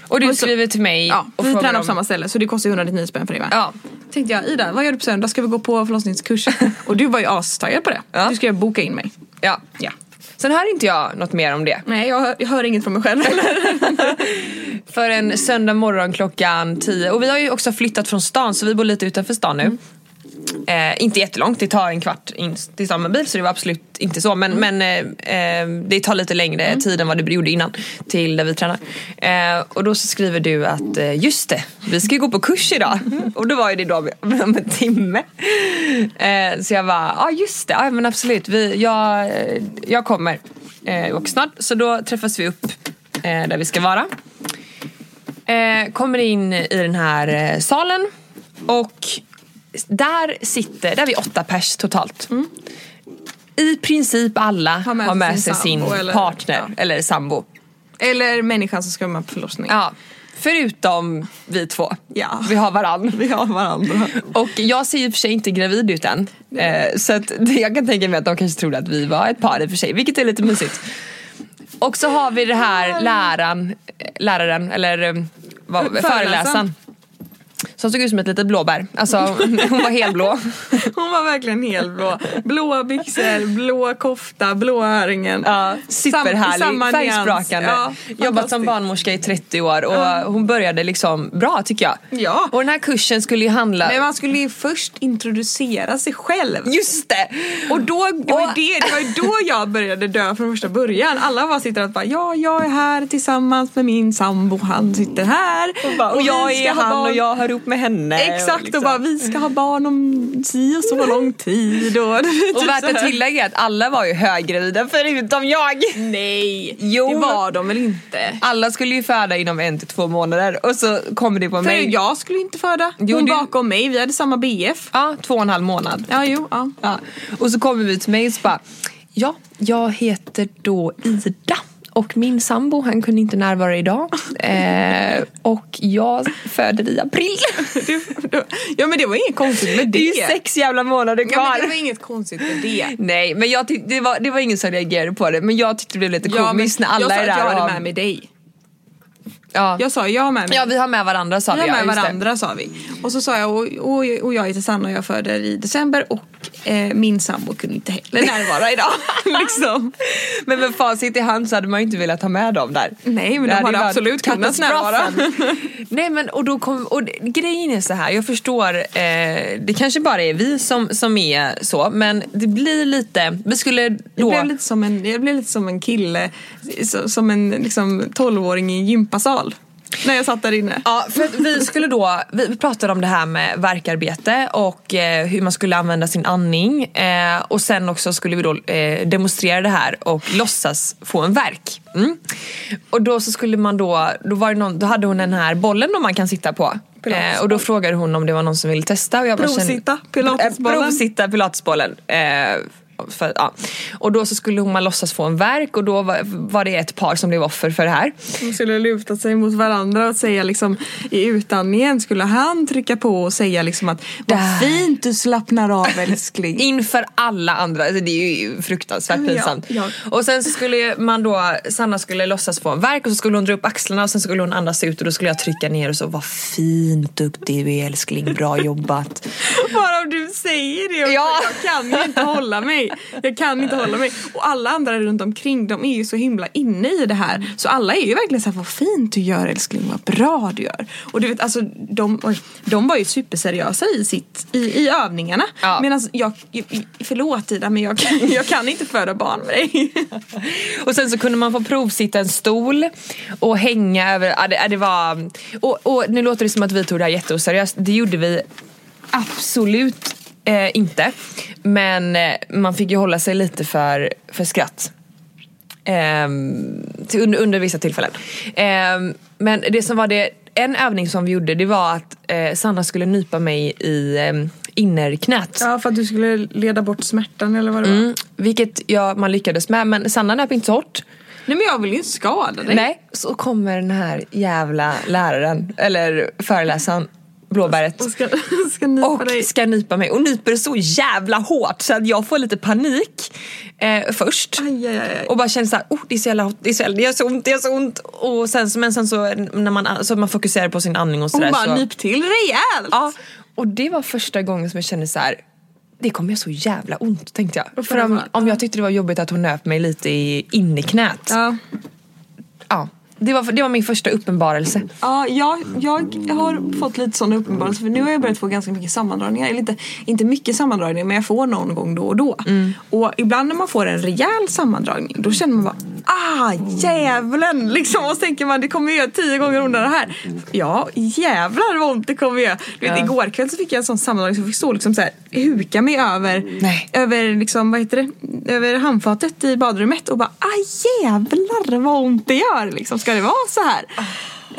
E: Och du
F: så-
E: skriver till mig
F: Ja,
E: och
F: vi
E: frågar
F: tränar på
E: om-
F: samma ställe så det kostar ju 199 spänn för det med.
E: Ja.
F: Tänkte jag, Ida vad gör du på söndag? Ska vi gå på förlossningskurs? och du var ju astaggad på det.
E: Ja.
F: Du ska ju boka in mig.
E: Ja.
F: Ja.
E: Sen hör inte jag något mer om det.
F: Nej jag hör, jag hör inget från mig själv heller.
E: För en söndag morgon klockan 10. Och vi har ju också flyttat från stan så vi bor lite utanför stan nu. Eh, inte jättelångt, det tar en kvart in till stan med bil så det var absolut inte så. Men, men eh, eh, det tar lite längre tid än vad det gjorde innan till där vi tränar. Eh, och då så skriver du att eh, just det, vi ska ju gå på kurs idag. Och då var ju det då om- om en timme. Eh, så jag bara, ja ah, just det, ja men absolut, vi, jag, eh, jag kommer. Eh, och snart, så då träffas vi upp eh, där vi ska vara. Eh, kommer in i den här eh, salen och där sitter, där är vi åtta pers totalt. I princip alla Mm. har med, sig sin,
F: sambo eller-
E: partner
F: ja.
E: eller sambo.
F: Eller människan som ska vara med på förlossning.
E: Ja. Förutom vi två.
F: Ja.
E: Vi har varann.
F: Vi har varandra.
E: Och jag ser ju för sig inte gravid ut än. Eh, så att det- jag kan tänka mig att de kanske trodde att vi var ett par i och för sig, vilket är lite mysigt. Och så har vi det här läraren, läraren eller eh, vad,
F: Föreläsaren.
E: föreläsaren. Som såg ut som ett litet blåbär. Alltså hon var helblå.
F: Hon var verkligen helblå. Blåa byxor, blå kofta, blå öringen.
E: Ja, superhärlig,
F: Sam- samma nyans.
E: färgsprakande.
F: Ja,
E: Jobbat som
F: fantastiskt.
E: barnmorska i 30 år och hon började liksom bra tycker jag.
F: Ja.
E: Och den här kursen skulle ju handla...
F: Men man skulle ju först introducera sig själv.
E: Just det!
F: Och då, det, var
E: Och-
F: ju det, det var ju då jag började dö från första början. Alla bara sitter och bara, ja jag är här tillsammans med min sambo, han sitter här. Och,
E: och jag
F: vi ska
E: är
F: ha
E: han
F: barn.
E: och jag hör ihop med henne.
F: Exakt, och liksom- bara vi ska ha barn om si och så lång tid. Och, typ
E: Och värt att
F: till
E: tillägga är att alla var ju höggravida förutom jag.
F: Nej,
E: Jo.
F: det var de väl inte?
E: Alla skulle ju föda inom en till två månader och så kommer det på
F: För
E: mig.
F: Alltså, jag skulle inte föda. Hon
E: Jo, du-
F: bakom mig, vi hade samma BF.
E: Ja, två och en halv månad.
F: Ja, jo, ja.
E: Ja. Och så kommer vi till mig och så bara, ja, jag heter då Ida. Och min sambo han kunde inte närvara idag. Eh, och jag föder i april.
F: Du, du, ja men det var inget konstigt med det.
E: Det är ju sex jävla månader kvar.
F: ja, men det var inget konstigt med det.
E: Nej, men jag tyck- det, var, det var ingen som reagerade på det. Men jag tyckte det blev lite komiskt när
F: jag
E: alla
F: sa
E: är
F: att
E: där.
F: jag
E: och-
F: hade med mig dig.
E: ja.
F: Jag sa jag har med mig
E: ja, vi har med varandra sa
F: Vi har
E: ja,
F: med
E: just det.
F: varandra sa vi. Och så sa jag och, och, och jag heter Sanna och jag föder i december och eh, min sambo kunde inte heller närvara idag. liksom.
E: Men med facit i hand så hade man ju inte velat ha med dem där.
F: Nej,
E: Det
F: men
E: ju
F: de hade
E: varit
F: absolut kunnat
E: katastrofen.
F: närvara.
E: Nej men och då kom, och det- grejen är så här, jag förstår, eh, det kanske bara är vi som, som är så men det blir lite, vi skulle
F: Jag
E: då
F: blev lite som en, jag blev lite som en kille, så, som en liksom, 12-åring i en gympasal. När jag satt där inne.
E: Ja, för att vi skulle då, vi pratade om det här med verkarbete och eh, hur man skulle använda sin andning eh, och sen också skulle vi då eh, demonstrera det här och låtsas få en verk. Mm. Och då så skulle man då, då, var det någon, då hade hon den här bollen då man kan sitta på.
F: Pilatesboll.
E: Eh, och då frågade hon om det var någon som ville testa. Och jag bara kände-
F: Provsitta pilatesbollen.
E: Eh, Provsitta pilatesbollen. Eh, för, ja. Och då så skulle hon man låtsas få en verk och då var, var det ett par som blev offer för det här.
F: De skulle luta sig mot varandra och säga liksom i utandningen skulle han trycka på och säga liksom att
E: Där.
F: vad fint du slappnar av älskling.
E: Inför alla andra, alltså det är ju fruktansvärt
F: Ja,
E: pinsamt.
F: ja.
E: Och sen så skulle ju man då, Sanna skulle låtsas få en värk och så skulle hon dra upp axlarna och sen skulle hon andas ut och då skulle jag trycka ner och så vad fint duktig du är älskling, bra jobbat.
F: Bara om du säger det. Och
E: Ja.
F: Jag kan ju inte hålla mig. Jag kan inte hålla mig. Och alla andra runt omkring de är ju så himla inne i det här. Så alla är ju verkligen så här, vad fint du gör älskling, vad bra du gör. Och du vet, alltså de, oj, de var ju superseriösa i, sitt, i, i övningarna.
E: Ja.
F: Medan jag, förlåt Ida men jag kan, jag kan inte föda barn med dig.
E: Och sen så kunde man få provsitta en stol och hänga över, ja, det, ja, det var, och, och nu låter det som att vi tog det här jätteoseriöst, det gjorde vi absolut eh, inte. Men eh, man fick ju hålla sig lite för, för skratt. Ehm, till, under, under vissa tillfällen. Ehm, men det som var det, en övning som vi gjorde det var att eh, Sanna skulle nypa mig i, ehm, innerknät.
F: Ja, för att du skulle leda bort smärtan eller vad det var.
E: Mm, vilket jag, man lyckades med, men Sanna nöp inte så hårt.
F: Nej men jag vill ju inte skada dig.
E: Nej, så kommer den här jävla läraren, eller föreläsaren, blåbäret.
F: Och ska, ska ni
E: Och
F: dig.
E: ska nypa mig och nyper så jävla hårt så att jag får lite panik eh, först.
F: Aj, aj, aj, aj.
E: Och bara känner såhär, oh, det är så jävla hot, det, är så jävla, det gör så ont, det gör så ont. Och sen, så- men sen så när man, så man fokuserar på sin andning och sådär.
F: Hon bara
E: så,
F: nyp till rejält.
E: Ja, och det var första gången som jag kände så här. Det kommer göra så jävla ont tänkte jag. För
F: det
E: om,
F: var-
E: om jag tyckte det var jobbigt att hon nöp mig lite i inneknät. Ja.
F: Ja.
E: det, var, det var min första uppenbarelse.
F: Ja, jag, jag har fått lite sådana uppenbarelser för nu har jag börjat få ganska mycket sammandragningar. Eller inte, inte mycket sammandragningar men jag får någon gång då och då. Och ibland när man får en rejäl sammandragning då känner man bara ah djävulen liksom. Och så tänker man det kommer göra tio gånger ondare här. Ja jävlar vad ont det kommer göra. Du vet, Igår kväll så fick jag en sån sammandragning så jag fick stå liksom så här, huka mig över,
E: Nej.
F: över, liksom, vad heter det? över handfatet i badrummet och bara ah jävlar vad ont det gör. Liksom. Ska det vara så här?
E: Ah.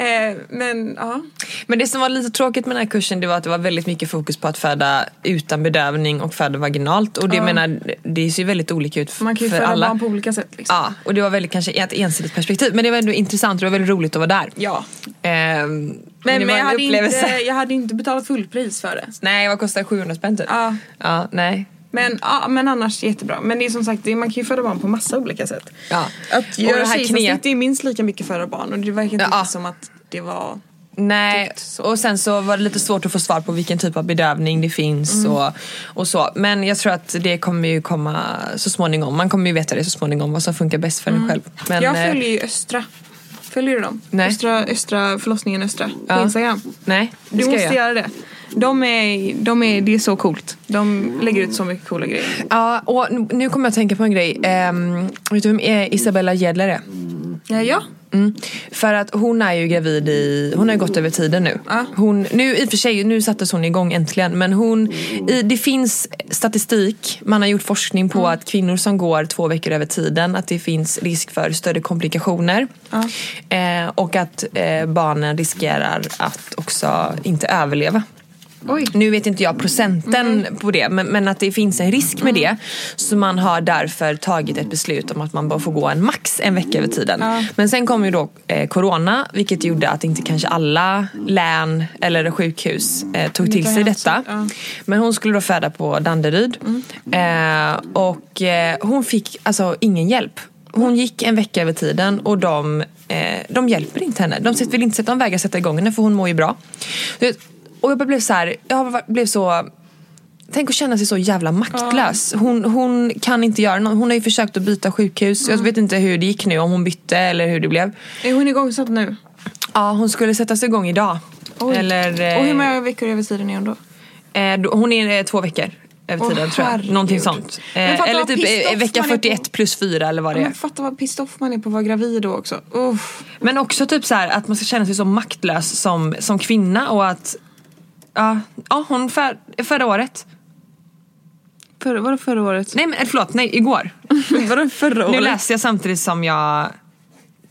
F: Eh, men ja.
E: Men det som var lite tråkigt med den här kursen det var att det var väldigt mycket fokus på att föda utan bedövning och föda vaginalt. Och det, menar, det ser ju väldigt olika ut f-
F: Man kan ju
E: för
F: föda
E: alla.
F: barn på olika sätt. Liksom.
E: Ja, och det var väldigt kanske ett ensidigt perspektiv. Men det var ändå intressant och det var väldigt roligt att vara där.
F: Ja.
E: Ehm,
F: Men,
E: det
F: men
E: var
F: jag,
E: en
F: hade
E: upplevelse.
F: inte, jag hade inte betalat fullpris för det.
E: Nej, vad kostar 700 spänn typ?
F: Ja.
E: ja nej.
F: Men, ja, men annars jättebra. Men det är som sagt, det- man kan ju föda barn på massa olika sätt.
E: Ja.
F: Att
E: Och det
F: göra
E: här
F: kejsarsnitt
E: knep-
F: är minst lika mycket föda barn och det verkar inte
E: Ja.
F: riktigt som att det var...
E: Nej,
F: Typ så.
E: och sen så var det lite svårt att få svar på vilken typ av bedövning det finns
F: Mm.
E: och, och så. Men jag tror att det kommer ju komma så småningom. Man kommer ju veta det så småningom vad som funkar bäst för en själv. Men,
F: Mm. jag
E: eh,
F: följer ju Östra. Följer du dem?
E: Nej.
F: Östra, östra förlossningen Östra på
E: Ja.
F: Instagram.
E: Nej, det
F: Du
E: ska
F: måste
E: jag.
F: göra det. De är, de är, det är så coolt. De lägger ut så mycket coola grejer.
E: Ja, och n- nu kommer jag att tänka på en grej. Ehm, vet du vem eh, Isabella Gedler är?
F: Ja, ja.
E: Mm. För att hon är ju gravid i, hon har ju gått över tiden nu.
F: Ja.
E: Hon, nu i och för sig, nu sattes hon igång äntligen. Men hon, i, det finns statistik, man har gjort forskning på att kvinnor som går två veckor över tiden, att det finns risk för större komplikationer. Eh, och att eh, barnen riskerar att också inte överleva.
F: Oj.
E: Nu vet inte jag procenten på det, men, men att det finns en risk med det. Så man har därför tagit ett beslut om att man bara får gå en max en vecka över tiden. Men sen kom ju då eh, corona, vilket gjorde att inte kanske alla län eller sjukhus eh, tog till sig detta. Men hon skulle då föda på Danderyd. Eh, och eh, hon fick alltså ingen hjälp. Hon gick en vecka över tiden och de, eh, de hjälper inte henne. De sätter- vill inte sätta, de vägrar sätta igång henne för hon mår ju bra. Du vet, Och jag bara blev så här, jag var- blev så Tänk att känna sig så jävla maktlös. Hon, hon kan inte göra något. Hon har ju försökt att byta sjukhus.
F: Mm.
E: Jag vet inte hur det gick nu, om hon bytte eller hur det blev.
F: Är hon igångsatt nu?
E: Ja, hon skulle sättas igång idag.
F: Oj.
E: Eller, eh,
F: Och hur många veckor över tiden är hon då?
E: Eh, då- hon är eh, två veckor över
F: Åh,
E: tiden tror jag.
F: herregud.
E: Någonting sånt.
F: Men
E: Eh,
F: fatta
E: eller
F: vad
E: typ
F: pissed
E: eh,
F: off
E: vecka
F: man är på.
E: 41 plus 4 eller vad det är.
F: Men fatta vad pissed off man är på att vara gravid då också. Uff.
E: Men också typ så här att man ska känna sig så maktlös som, som kvinna och att Ja, ja hon för, förra året.
F: För, var det förra året?
E: Nej men eh, förlåt, nej igår.
F: var det förra
E: Nu läser jag samtidigt som jag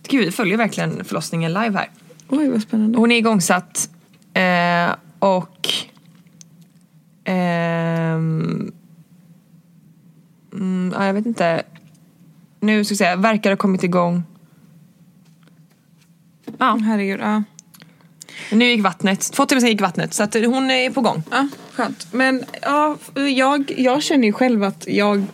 E: Gud vi följer verkligen förlossningen live här.
F: Oj vad spännande.
E: Hon är igångsatt eh, och ehm, mm, ja, jag vet inte. Nu ska jag säga, verkar ha kommit igång. Ja,
F: Herregud, ja.
E: nu gick vattnet. Två timmar sen gick vattnet så att hon är på gång.
F: ja skönt. Men ja, jag, jag känner ju själv att jag,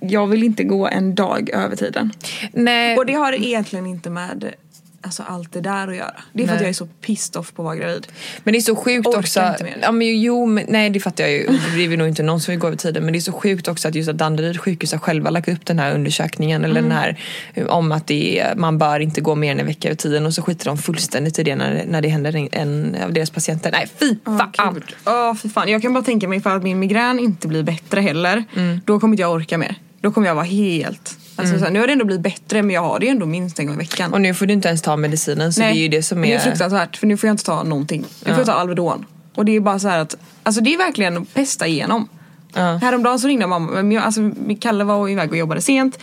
F: jag vill inte gå en dag över tiden.
E: Nej,
F: Och det har egentligen inte med alltså, allt det där att göra. Det är för
E: Nej.
F: att jag är så pissed off på att vara gravid.
E: Men det är så sjukt
F: Orkar
E: också.
F: inte mer.
E: Ja, men jo, men, nej det fattar jag ju. Det blir vi nog inte någon som vill gå över tiden. Men det är så sjukt också att just att Danderyd sjukhus har själva lagt upp den här undersökningen. Eller
F: Mm.
E: den här eh, om att det är, man bör inte gå mer än en vecka över tiden. Och så skiter de fullständigt i det när, när det händer en, en av deras patienter. Nej fy
F: Ja,
E: fan.
F: för fan. Jag kan bara tänka mig ifall att min migrän inte blir bättre heller. Då kommer inte jag orka mer. Då kommer jag vara helt... Alltså, så här, nu har det ändå blivit bättre men jag har det ju ändå minst en gång i veckan.
E: Och nu får du inte ens ta medicinen. Så det är ju det som
F: men
E: är...
F: Det är fruktansvärt för nu får jag inte ta någonting. Nu får jag ta Alvedon. Och det är bara så här att, alltså det är verkligen att pesta igenom.
E: Ja.
F: Häromdagen så ringde mamma, men jag, alltså Kalle var iväg och jobbade sent.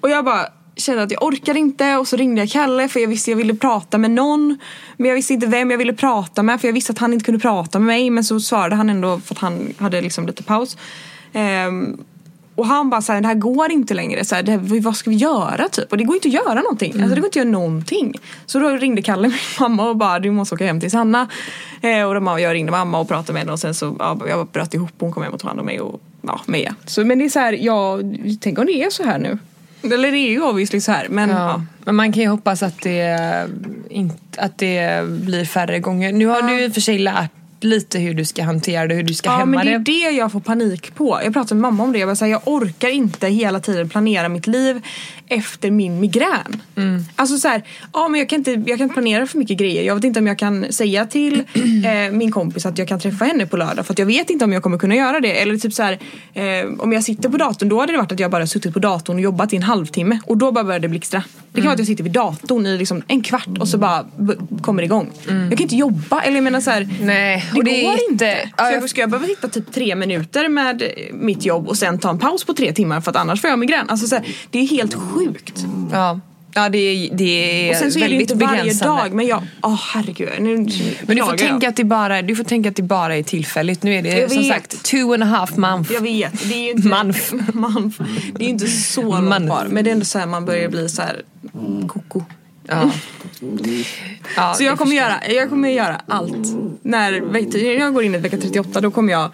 F: Och jag bara kände att jag orkade inte och så ringde jag Kalle för jag visste jag ville prata med någon. Men jag visste inte vem jag ville prata med för jag visste att han inte kunde prata med mig. Men så svarade han ändå för att han hade liksom lite paus. Ehm, och han bara såhär, det här går inte längre. Så här, det här, vad ska vi göra typ? Och det går inte att göra någonting. Alltså det går inte att göra någonting. Så då ringde Kalle min mamma och bara, du måste åka hem till Sanna. Eh, och då, jag ringde mamma och pratade med henne och sen så ja, jag bröt ihop. Hon kom hem och tog hand om mig och ja, Meja. Så, men det är såhär, ja, tänk om det är så här nu. Eller det är ju obviously så här. Men, ja.
E: Ja. Men man kan ju hoppas att det, inte, att det blir färre gånger. Nu har du i och för sig lärt lite hur du ska hantera det, hur du ska
F: Ja
E: hämma
F: men det
E: det.
F: är det jag får panik på. Jag pratade med mamma om det. Jag, bara, så här, jag orkar inte hela tiden planera mitt liv efter min migrän.
E: Mm.
F: Alltså så här, ja, men jag, kan inte, jag kan inte planera för mycket grejer. Jag vet inte om jag kan säga till eh, min kompis att jag kan träffa henne på lördag. För att jag vet inte om jag kommer kunna göra det. Eller typ så här, eh, om jag sitter på datorn då hade det varit att jag bara suttit på datorn och jobbat i en halvtimme. Och då bara börjar det blixtra. Det kan
E: Mm.
F: vara att jag sitter vid datorn i liksom en kvart och så bara b- kommer det igång.
E: Mm.
F: Jag kan inte jobba. Eller jag menar så här,
E: Nej,
F: det,
E: och det är
F: går
E: inte-
F: inte.
E: Ja,
F: Så
E: jag-
F: jag, ska jag behöva sitta typ tre minuter med eh, mitt jobb och sen ta en paus på tre timmar för att annars får jag migrän? Alltså så här, det är helt sjukt.
E: Ja, ja det, är- det är
F: Och sen så är det ju
E: väldigt
F: inte varje
E: begränsande.
F: dag men jag, åh herregud. Nu
E: Men du får,
F: klagar
E: tänka
F: jag.
E: att det bara, du får tänka att det bara är tillfälligt. Nu är det
F: Jag
E: som
F: vet.
E: sagt two and a half month.
F: Jag vet, det är ju inte,
E: Manf.
F: Manf. Det är ju inte så långt
E: Manf.
F: kvar men det är ändå så här man börjar bli så här koko.
E: Ja. Ja,
F: Mm. Så jag
E: det
F: kommer,
E: förstår
F: göra, jag kommer göra allt. När veck- när jag går in i vecka 38 då kommer jag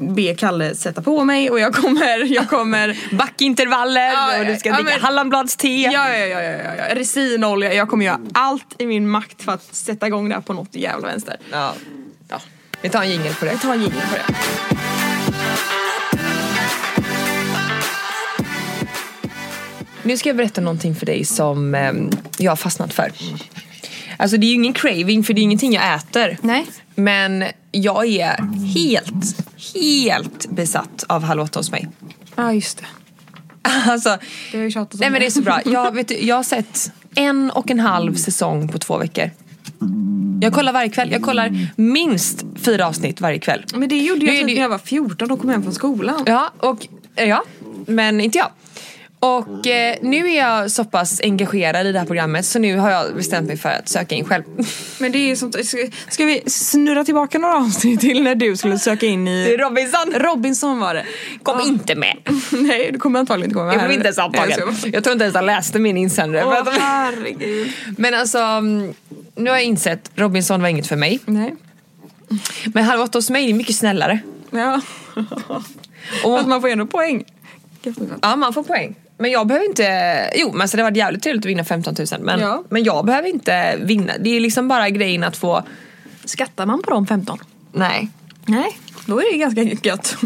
F: be Kalle sätta på mig och jag kommer, jag kommer
E: Backintervaller
F: Ja,
E: och du ska
F: ja,
E: dricka
F: men-
E: Hallanbladste.
F: Ja, ja, ja, ja, ja, ja. Resinolja. Jag kommer göra allt i min makt för att sätta igång det här på något jävla vänster.
E: Ja. Ja. Vi tar en jingel på det.
F: Jag tar en jingel på det.
E: Nu ska jag berätta någonting för dig som eh, jag har fastnat för. Alltså det är ju ingen craving för det är ingenting jag äter.
F: Nej.
E: Men jag är helt, helt besatt av Hallå åtta hos mig.
F: Ja, ah, just det.
E: Alltså,
F: Det har jag ju tjatat om.
E: nej men det är så bra. Jag, vet, du, jag har sett en och en halv säsong på två veckor. Jag kollar varje kväll. Jag kollar minst fyra avsnitt varje kväll.
F: Men det gjorde
E: Nu
F: jag
E: är
F: typ
E: det-
F: när jag var 14 och kom hem från skolan.
E: Ja, och, eh, ja men inte jag. Och eh, nu är jag så pass engagerad i det här programmet så nu har jag bestämt mig för att söka in själv.
F: Men det är ju sånt... ska- Ska vi snurra tillbaka några avsnitt till när du skulle söka in i...
E: Robinson!
F: Robinson var det.
E: Kom
F: Ja.
E: inte med!
F: Nej, du kommer antagligen inte komma med.
E: Jag blev inte ens antagen. Jag tror inte ens han läste min insändare.
F: Åh herregud.
E: Men alltså, mm, nu har jag insett Robinson var inget för mig.
F: Nej.
E: Men Halv åtta hos mig är mycket snällare.
F: Ja.
E: Och,
F: Fast man får ju ändå poäng.
E: ja, man får poäng. Men jag behöver inte... Jo, men så det var jävligt trevligt att vinna 15 000. Men,
F: Ja.
E: men jag behöver inte vinna. Det är liksom bara grejen att få...
F: Skattar man på de 15?
E: Nej.
F: Nej. Då är det ganska gött.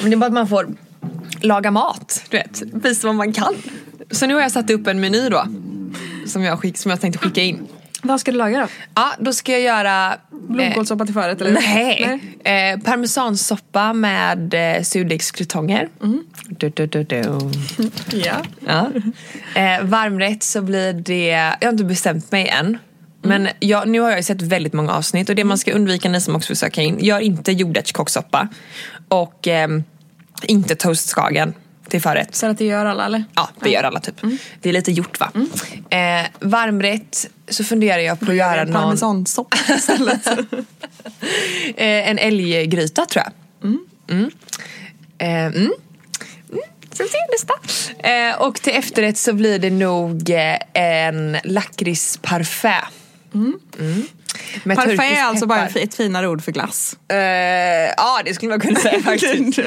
E: Men det är bara att man får laga mat, du vet. Visa vad man kan. Så nu har jag satt upp en meny då. Som jag, skick, som jag tänkte skicka in.
F: Vad ska du laga då?
E: Ja, då ska jag göra... eh,
F: Blomkålssoppa till förrätt eller?
E: Nej! Eh, parmesansoppa med eh, surdegskrutonger. Du, du, du, du.
F: Ja.
E: Ja. Eh, varmrätt så blir det, jag har inte bestämt mig än. Men jag, nu har jag ju sett väldigt många avsnitt och det man ska undvika ni som också vill söka in, gör inte jordärtskockssoppa. Och ehm, inte toastskagen till förrätt.
F: Så att det gör alla eller?
E: Ja, det gör alla typ. Det är lite gjort va? Eh, varmrätt så funderar jag på att göra någon...
F: Parmesansoppa istället.
E: Eh, en älggryta tror jag. Mm. Eh, mm. Mm. Ska vi se nästa. Eh, och till efterrätt så blir det nog eh, en lakritsparfait. Mm. Med
F: Parfait
E: turkisk
F: är alltså bara
E: peppar.
F: ett finare ord för glass.
E: Eh, Ja, det skulle man kunna säga faktiskt.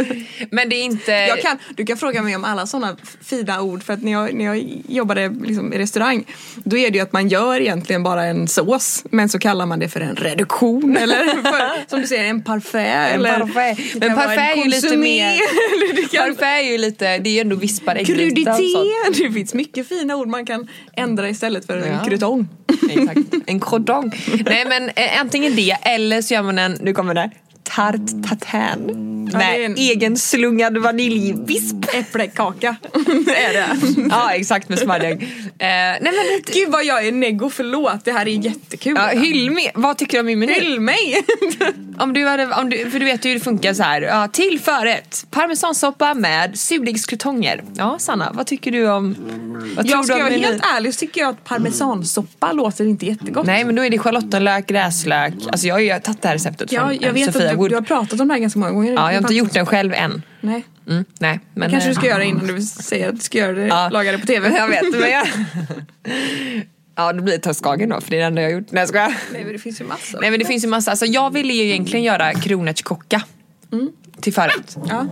E: Men det är inte...
F: Jag kan, du kan fråga mig om alla sådana fina ord för att när jag, när jag jobbade liksom i restaurang då är det ju att man gör egentligen bara en sås men så kallar man det för en reduktion eller för, som du säger en parfait. eller,
E: parfait.
F: det kan
E: Men
F: vara
E: parfait
F: en
E: är ju lite
F: consomé,
E: mer-
F: eller det kan-
E: Parfait är ju lite, det är ju ändå vispad äggryta
F: Krudité!
E: och sånt.
F: Det finns mycket fina ord man kan ändra istället för en
E: Ja.
F: krutong.
E: Exakt. En cordong. Nej men eh, antingen det eller så gör man en, nu kommer det, tart tatin. Med
F: Mm. det är en-
E: egenslungad vaniljvisp.
F: Äppelkaka är det.
E: ja exakt med smarrdeg. Eh, nej men lite,
F: Gud vad jag är neggo, förlåt. Det här är jättekul.
E: ja, hyll mig, vad tycker du om min meny?
F: Hyll mig!
E: Om du hade, om du, för du vet ju hur det funkar så här. Ja, till förrätt, parmesansoppa med surdegskrutonger. Ja Sanna, vad tycker du om Vad
F: Jag
E: tror
F: ska
E: du om
F: vara
E: menyn?
F: helt ärlig så tycker jag att parmesansoppa låter inte jättegott.
E: Nej men då är det schalottenlök, gräslök. Alltså jag har ju tagit det här receptet
F: Ja,
E: från
F: jag
E: eh,
F: vet
E: Sofia
F: att du,
E: Wood.
F: du har pratat om det här ganska många gånger.
E: Ja, jag har inte gjort den själv än.
F: Nej.
E: Mm, nej, men,
F: Kanske du
E: eh,
F: ska göra innan du säger att du ska göra det,
E: Ja.
F: laga det på TV.
E: Jag vet, men jag... Ja, då blir det Toskagen då, för det är det enda jag har gjort. Nej, jag skojar.
F: Nej, men det finns ju massor.
E: Nej men det finns ju massa. Alltså, jag ville ju egentligen göra kronärtskocka till förrätt.
F: Ja.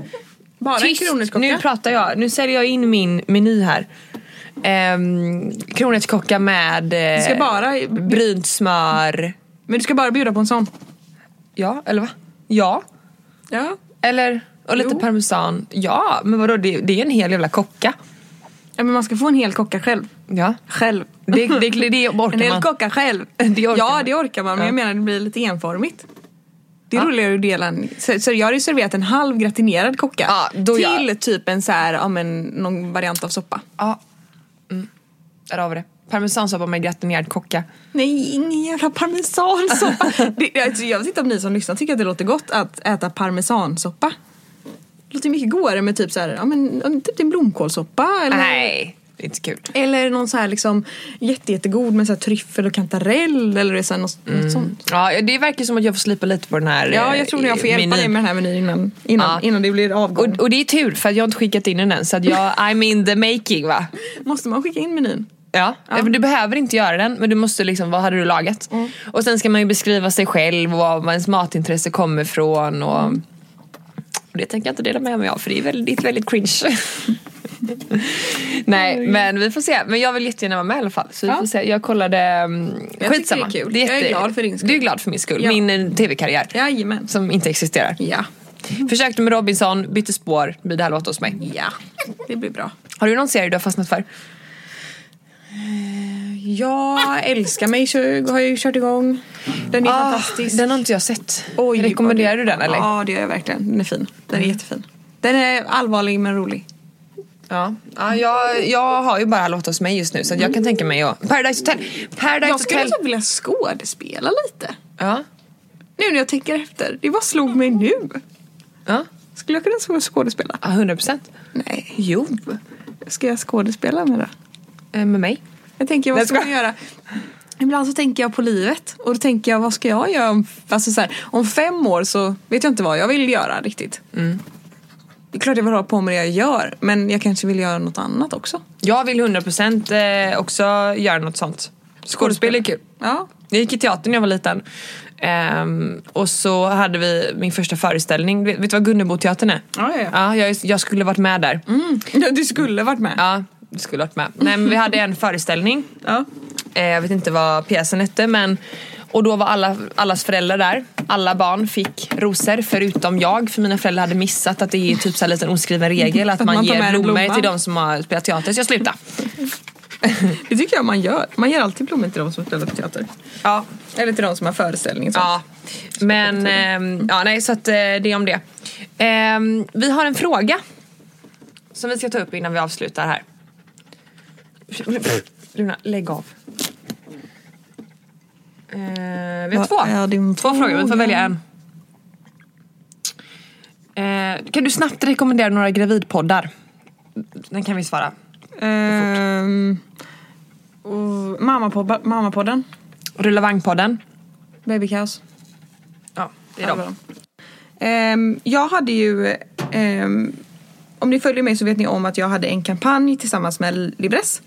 F: Bara en kronärtskocka.
E: Nu pratar jag. Nu säljer jag in min meny här. Um, kronärtskocka med eh,
F: ska bara-
E: brynt smör.
F: Men du ska bara bjuda på en sån.
E: Ja, eller va? Ja.
F: Ja.
E: Eller? Och lite
F: Jo.
E: parmesan. Ja, men vadå? Det, det är en hel jävla kocka.
F: ja, men man ska få en hel kocka själv.
E: Ja.
F: Själv.
E: Det, det, det, det
F: En
E: orkar
F: hel
E: man.
F: kocka själv.
E: Det orkar
F: ja,
E: man.
F: det orkar man. Men
E: Ja.
F: jag menar det blir lite enformigt. Det är roligare att dela en... Så, så jag har ju serverat en halv gratinerad kocka.
E: Ja, då
F: till
E: gör-
F: typ en så här, ja, men, någon variant av soppa.
E: Ja. Mm. Där har vi det. Parmesansoppa med gratinerad kocka.
F: Nej, ingen jävla parmesansoppa. det, alltså, jag vet inte om ni som lyssnar tycker att det låter gott att äta parmesansoppa. Det låter mycket godare med typ så här, ja, men, ja, men typ en blomkålssoppa. Eller...
E: Nej, det är inte så kul.
F: Eller någon så här liksom jätte, jättegod med så här tryffel och kantarell eller så här något, något sånt.
E: Ja, det verkar som att jag får slipa lite på den här
F: Ja,
E: Mm. eh,
F: jag tror att jag får hjälpa
E: menyn.
F: dig med den här menyn innan, innan,
E: Ja.
F: innan det blir avgång.
E: Och, och det är tur för att jag har inte skickat in den än så att jag, I'm in the making va?
F: Måste man skicka in menyn?
E: Ja. Eh, men Du behöver inte göra den men du måste liksom, vad hade du lagat?
F: Mm.
E: Och sen ska man ju beskriva sig själv och var ens matintresse kommer ifrån och, och det tänker jag inte dela med mig av för det är väldigt, väldigt cringe. Nej men vi får se, men jag vill jättegärna vara med i alla fall. Så vi
F: Ja.
E: får se. Jag kollade, mm,
F: det är
E: skitsamma.
F: kul. Jag är glad för din skull.
E: Du är glad för min skull,
F: Ja.
E: min eh, tv-karriär.
F: Jajamän.
E: Som inte existerar.
F: Ja. Mm.
E: Försökte med Robinson, bytte spår, blir det halv åtta hos mig.
F: Ja, det blir bra.
E: Har du någon serie du har fastnat för?
F: Jag älskar mig, kö- har jag ju kört igång. Den är fantastisk.
E: Ah, Den har inte jag sett.
F: Oj,
E: Rekommenderar
F: vad
E: du den eller? Mm.
F: Ja, det gör jag verkligen. Den är fin. Den är jättefin. Den är allvarlig men rolig.
E: Ja. ja jag, jag har ju bara halv åtta hos mig just nu så att jag kan tänka mig att... Paradise Hotel! Paradise
F: Jag skulle
E: Hotel!
F: också vilja skådespela lite.
E: Ja.
F: Nu när jag tänker efter. Det bara slog mig nu.
E: Ja.
F: Skulle jag kunna skå- skådespela?
E: Ja, 100 procent.
F: Nej.
E: Jo.
F: Ska jag skådespela med det?
E: Eh, Med mig.
F: Jag tänker, vad
E: Nej,
F: ska man göra? Ibland så tänker jag på livet och då tänker jag, vad ska jag göra om, alltså så här, om fem år så vet jag inte vad jag vill göra riktigt.
E: Mm.
F: Det är klart jag vill hålla på med det jag gör, men jag kanske vill göra något annat också.
E: Jag vill 100 procent eh, också göra något sånt. Skådespel är kul.
F: Ja.
E: Jag gick i teatern när jag var liten. Ehm, och så hade vi min första föreställning. Vet, vet du vad Gunneboteatern är?
F: Ja, ja, ja.
E: jag, jag skulle varit med där.
F: Mm. Ja, Du skulle varit med.
E: Ja, du skulle varit med. Nej, men vi hade en föreställning.
F: Ja.
E: Eh, jag vet inte vad pjäsen hette men och då var alla, allas föräldrar där. Alla barn fick rosor förutom jag för mina föräldrar hade missat att det är typ så här liten oskriven regel att,
F: Att
E: man,
F: man tar med
E: ger
F: en
E: blommor
F: blomma.
E: till de som har spelat teater så jag slutade.
F: Det tycker jag man gör. Man ger alltid blommor till de som spelar på teater.
E: Ja,
F: Eller till de som har föreställning. Så.
E: Ja, men ehm, ja, nej, så att, eh, det är om det. Ehm, vi har en fråga som vi ska ta upp innan vi avslutar här. Luna, lägg av. Eh, vi har
F: Vad är din
E: två. två frågor, vi får
F: fråga?
E: välja en. Eh, kan du snabbt rekommendera några gravidpoddar? Den kan vi svara.
F: Ehm, och mammapodda- Mammapodden,
E: Rulla vagnpodden.
F: Baby Chaos.
E: Ja, det är
F: Ja, det
E: de.
F: var de. Ehm, jag hade ju... ehm, om ni följer mig så vet ni om att jag hade en kampanj tillsammans med Libres.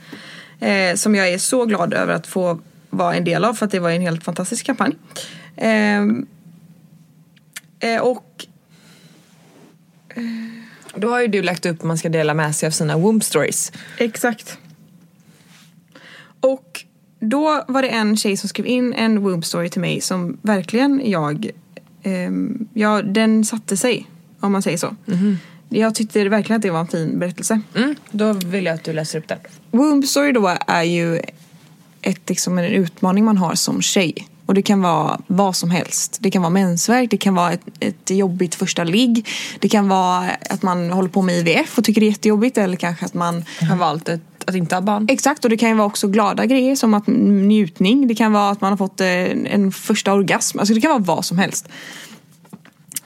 F: eh, som jag är så glad över att få vara en del av för att det var en helt fantastisk kampanj. Ehm, eh, och
E: Då har ju du lagt upp att man ska dela med sig av sina womb stories.
F: Exakt. Och då var det en tjej som skrev in en womb story till mig som verkligen jag... ehm, ja, den satte sig, om man säger så. Jag tyckte verkligen att det var en fin berättelse.
E: Mm, då vill jag att du läser upp den.
F: Womb story då är ju ett, liksom en utmaning man har som tjej. Och det kan vara vad som helst. Det kan vara mensvärk, det kan vara ett, ett jobbigt första ligg. Det kan vara att man håller på med IVF och tycker det är jättejobbigt. Eller kanske att man
E: har valt ett, att inte ha barn.
F: Exakt, och det kan ju vara också glada grejer som att njutning. Det kan vara att man har fått eh, en, en första orgasm. Alltså det kan vara vad som helst.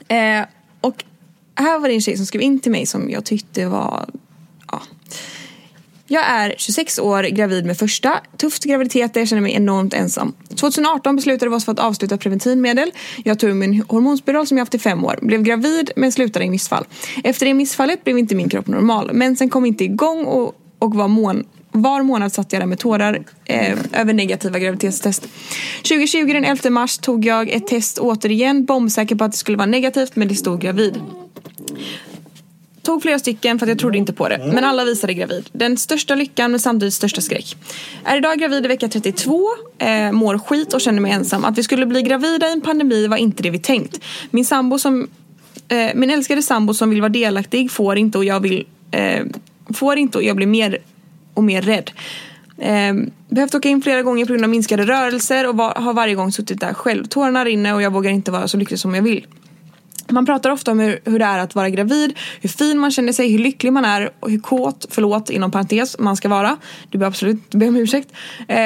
F: Eh, och här var det en tjej som skrev in till mig som jag tyckte var... Ja. Jag är 26 år, gravid med första. Tufft graviditet, jag känner mig enormt ensam. 2018 beslutade vi oss för att avsluta preventivmedel. Jag tog min hormonspiral som jag haft i fem år. Blev gravid men slutade i missfall. Efter det missfallet blev inte min kropp normal. Mensen kom inte igång och, och var mån var månad satt jag där med tårar eh, över negativa graviditetstest. 2020 den 11 mars tog jag ett test återigen, bombsäker på att det skulle vara negativt men det stod gravid. Tog flera stycken för att jag trodde inte på det. Men alla visade gravid. Den största lyckan men samtidigt största skräck. Är idag gravid i vecka 32, eh, mår skit och känner mig ensam. Att vi skulle bli gravida i en pandemi var inte det vi tänkt. Min sambo som eh, min älskade sambo som vill vara delaktig får inte och jag vill eh, får inte och jag blir mer och mer rädd. Eh, behövt åka in flera gånger på grund av minskade rörelser och var, har varje gång suttit där själv. Tårarna rinner och jag vågar inte vara så lycklig som jag vill. Man pratar ofta om hur, hur det är att vara gravid, hur fin man känner sig, hur lycklig man är och hur kåt, förlåt inom parentes, man ska vara. Du behöver absolut inte be om ursäkt. Eh,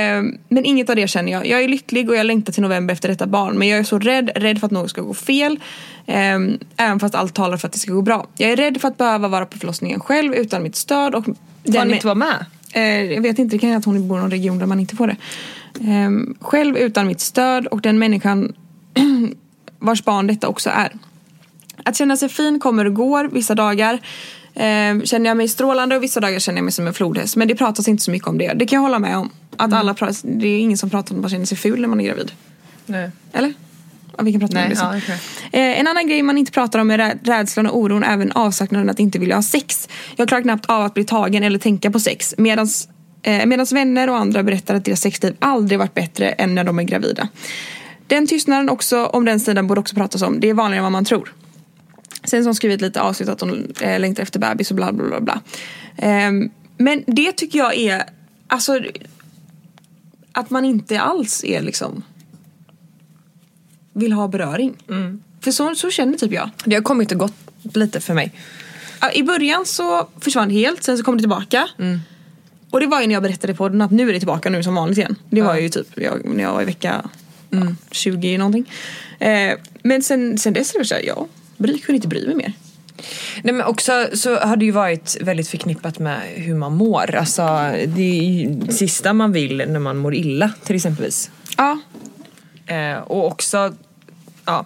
F: men inget av det känner jag. Jag är lycklig och jag längtar till november efter detta barn. Men jag är så rädd, rädd för att något ska gå fel. Eh, även fast allt talar för att det ska gå bra. Jag är rädd för att behöva vara på förlossningen själv utan mitt stöd. Och
E: Får
F: den
E: han
F: med-
E: inte vara med?
F: Eh, jag vet inte, det kan hända att hon bor i någon region där man inte får det. Ehm, själv utan mitt stöd och den människan vars barn detta också är. Att känna sig fin kommer och går vissa dagar. Ehm, känner jag mig strålande och vissa dagar känner jag mig som en flodhäst. Men det pratas inte så mycket om det. Det kan jag hålla med om. Att Mm. alla pratar, det är ingen som pratar om att man känner sig ful när man är gravid.
E: Nej.
F: Eller? Ja, vi kan prata om
E: Nej,
F: det sen.
E: ja, okej.
F: Eh, En annan grej man inte pratar om är rä- rädslan och oron, även avsaknaden att inte vilja ha sex. Jag klarar knappt av att bli tagen eller tänka på sex. Medans, eh, medans vänner och andra berättar att deras sexliv aldrig varit bättre än när de är gravida. Den tystnaden också, om den sidan borde också pratas om. Det är vanligare än vad man tror. Sen som skrivit lite avsnitt att hon eh, längtar efter bebis och bla bla bla. bla. Ehm, men det tycker jag är, alltså att man inte alls är liksom vill ha beröring.
E: Mm.
F: För så, så känner typ jag.
E: Det har kommit och gått lite för mig.
F: Ja, I början så försvann det helt, sen så kom det tillbaka.
E: Mm.
F: Och det var ju när jag berättade på den att nu är det tillbaka nu som vanligt igen. Det var
E: Ja. Mm.
F: ju typ jag, när jag var i vecka ja, 20 någonting. Eh, men sen, sen dess är det så här, ja, bry, kunde inte bry mig mer.
E: Nej, men också så har det ju varit väldigt förknippat med hur man mår. Alltså, det är ju det sista man vill när man mår illa till exempelvis.
F: Ja,
E: Eh, och också, ja.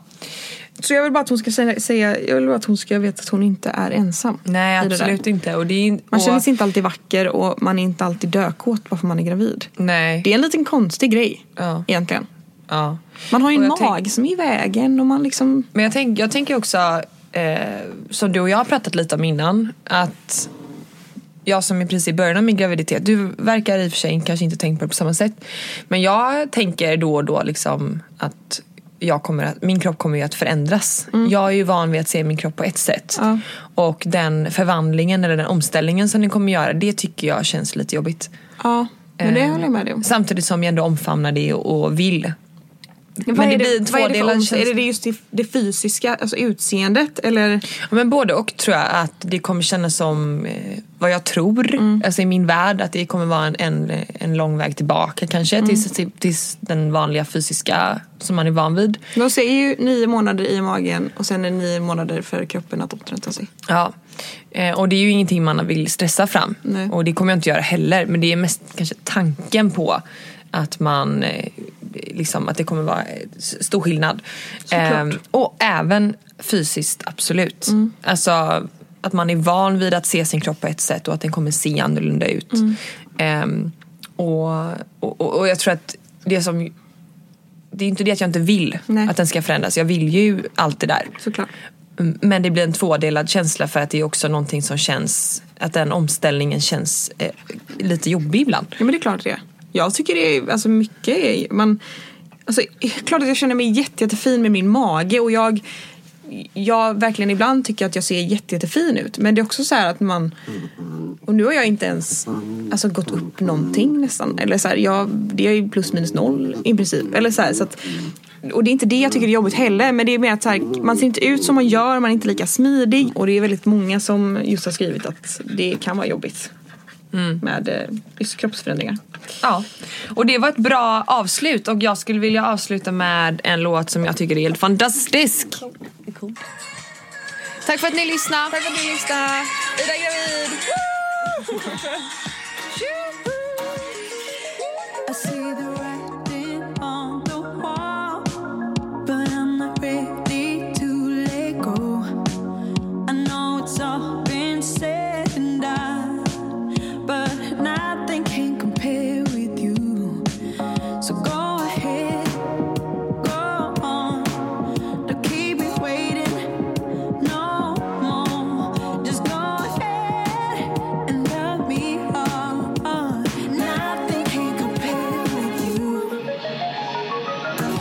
F: så jag vill bara att hon ska säga, säga jag vill bara att hon ska veta att hon inte är ensam.
E: Nej
F: i det där.
E: absolut inte. Och det är,
F: Man
E: och,
F: känner sig inte alltid vacker och man är inte alltid dökåt bara för man är gravid.
E: Nej.
F: Det är en liten konstig grej
E: Ja.
F: egentligen.
E: ja.
F: Man har ju en
E: Och jag tänk-
F: mag som är i vägen och man liksom...
E: Men jag, tänk, jag tänker också, eh, som du och jag har pratat lite om innan, att jag som i princip början av min graviditet, du verkar i och för sig kanske inte tänkt på det på samma sätt, men jag tänker då och då liksom att jag kommer att, min kropp kommer ju att förändras. Jag är ju van vid att se min kropp på ett sätt.
F: Mm. Ja.
E: Och den förvandlingen eller den omställningen som den kommer göra, det tycker jag känns lite jobbigt.
F: Ja, men det
E: Eh,
F: håller jag med dig om.
E: Samtidigt som jag ändå omfamnar det och, och vill. Men det blir en
F: vad är det, för
E: tvådelad
F: ont?
E: känsla.
F: är det just det, det fysiska, alltså utseendet? Eller?
E: Ja, Men både och tror jag att det kommer kännas som eh, vad jag tror, alltså i min värld, att det kommer vara en, en, en lång väg tillbaka kanske tills, till- tills den vanliga fysiska som man är van vid.
F: De säger ju nio månader i magen och sen är det nio månader för kroppen att återhämta sig.
E: Ja. Eh, och det är ju ingenting man vill stressa fram.
F: Nej.
E: Och det kommer jag inte göra heller. Men det är mest kanske tanken på att man eh, liksom, att det kommer vara eh, s- stor skillnad. Ehm,
F: Såklart.
E: och även fysiskt, absolut.
F: Mm.
E: Alltså att man är van vid att se sin kropp på ett sätt och att den kommer se annorlunda ut.
F: Mm.
E: Ehm, och, och, och och jag tror att det som det är inte det att jag inte vill
F: Nej.
E: att den ska förändras. Jag vill ju allt det där.
F: Såklart.
E: Mm, Men det blir en tvådelad känsla för att det är också någonting som känns att den omställningen känns eh, lite jobbig ibland.
F: Ja men det är klart det är. Jag tycker det är, alltså mycket är, man, alltså klart att jag känner mig jätte, jättefin med min mage och jag, jag verkligen ibland tycker att jag ser jätte, jättefin ut. Men det är också så här att man, och nu har jag inte ens alltså, gått upp någonting nästan. Eller så här, jag, det är ju plus minus noll i princip. Eller så här, så att, och det är inte det jag tycker är jobbigt heller. Men det är mer att så här, man ser inte ut som man gör, man är inte lika smidig. Och det är väldigt många som just har skrivit att det kan vara jobbigt med eh, just kroppsförändringar.
E: Ja. Och det var ett bra avslut och jag skulle vilja avsluta med en låt som jag tycker är helt fantastisk. Tack för att ni lyssnade. Tack för att ni lyssnade. Ida Gravid!
D: I see the writing on the wall, but I'm not ready to let go. I know it's all been said and done, but nothing can compare with you. So go ahead, go on, don't keep me waiting no more. Just go ahead and love me hard. Nothing can compare with you. You,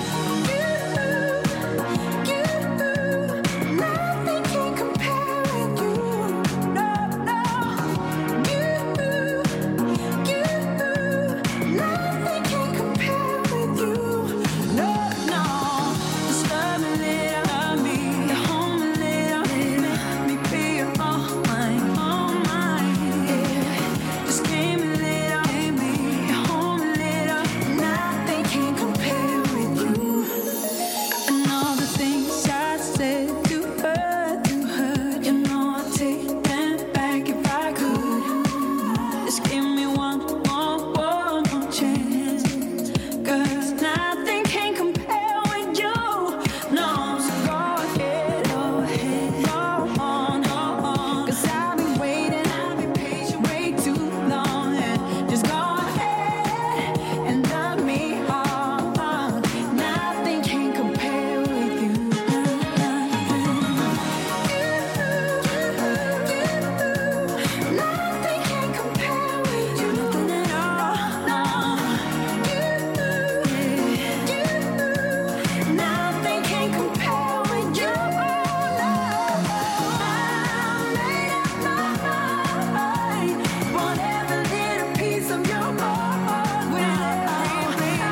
D: you, nothing can compare with you. No, no. You, you, nothing can compare with you. No, no. Just love me, let me be home a little, let me be all mine, all mine. Yeah. Just give me a little, give me home a little. Nothing can compare with you. And all the things I said you heard, you heard. You know I'd take them back if I could. Just give me one more, one more chance. 'Cause nothing can compare with you. No, so go ahead, go ahead, go on, go on. 'Cause I've been waiting, I've been patient way too long. And just go ahead and love me hard. Nothing can compare with you. Nothing can compare with you. Nothing at all. Nothing can compare with you. Whatever little piece of your heart will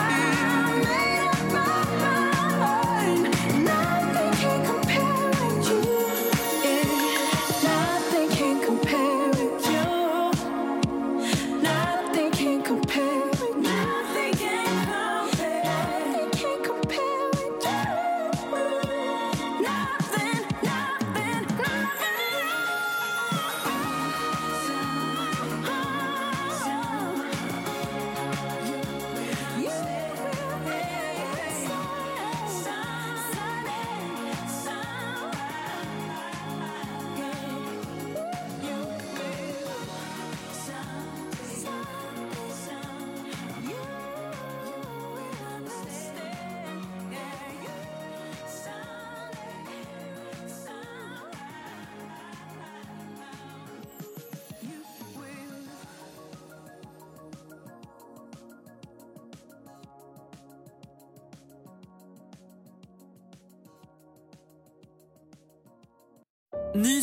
D: Nothing can compare with you. Nothing can compare with you. Nothing can compare with you. Nothing can compare. Nothing can compare with you. Nothing, nothing,
A: Ny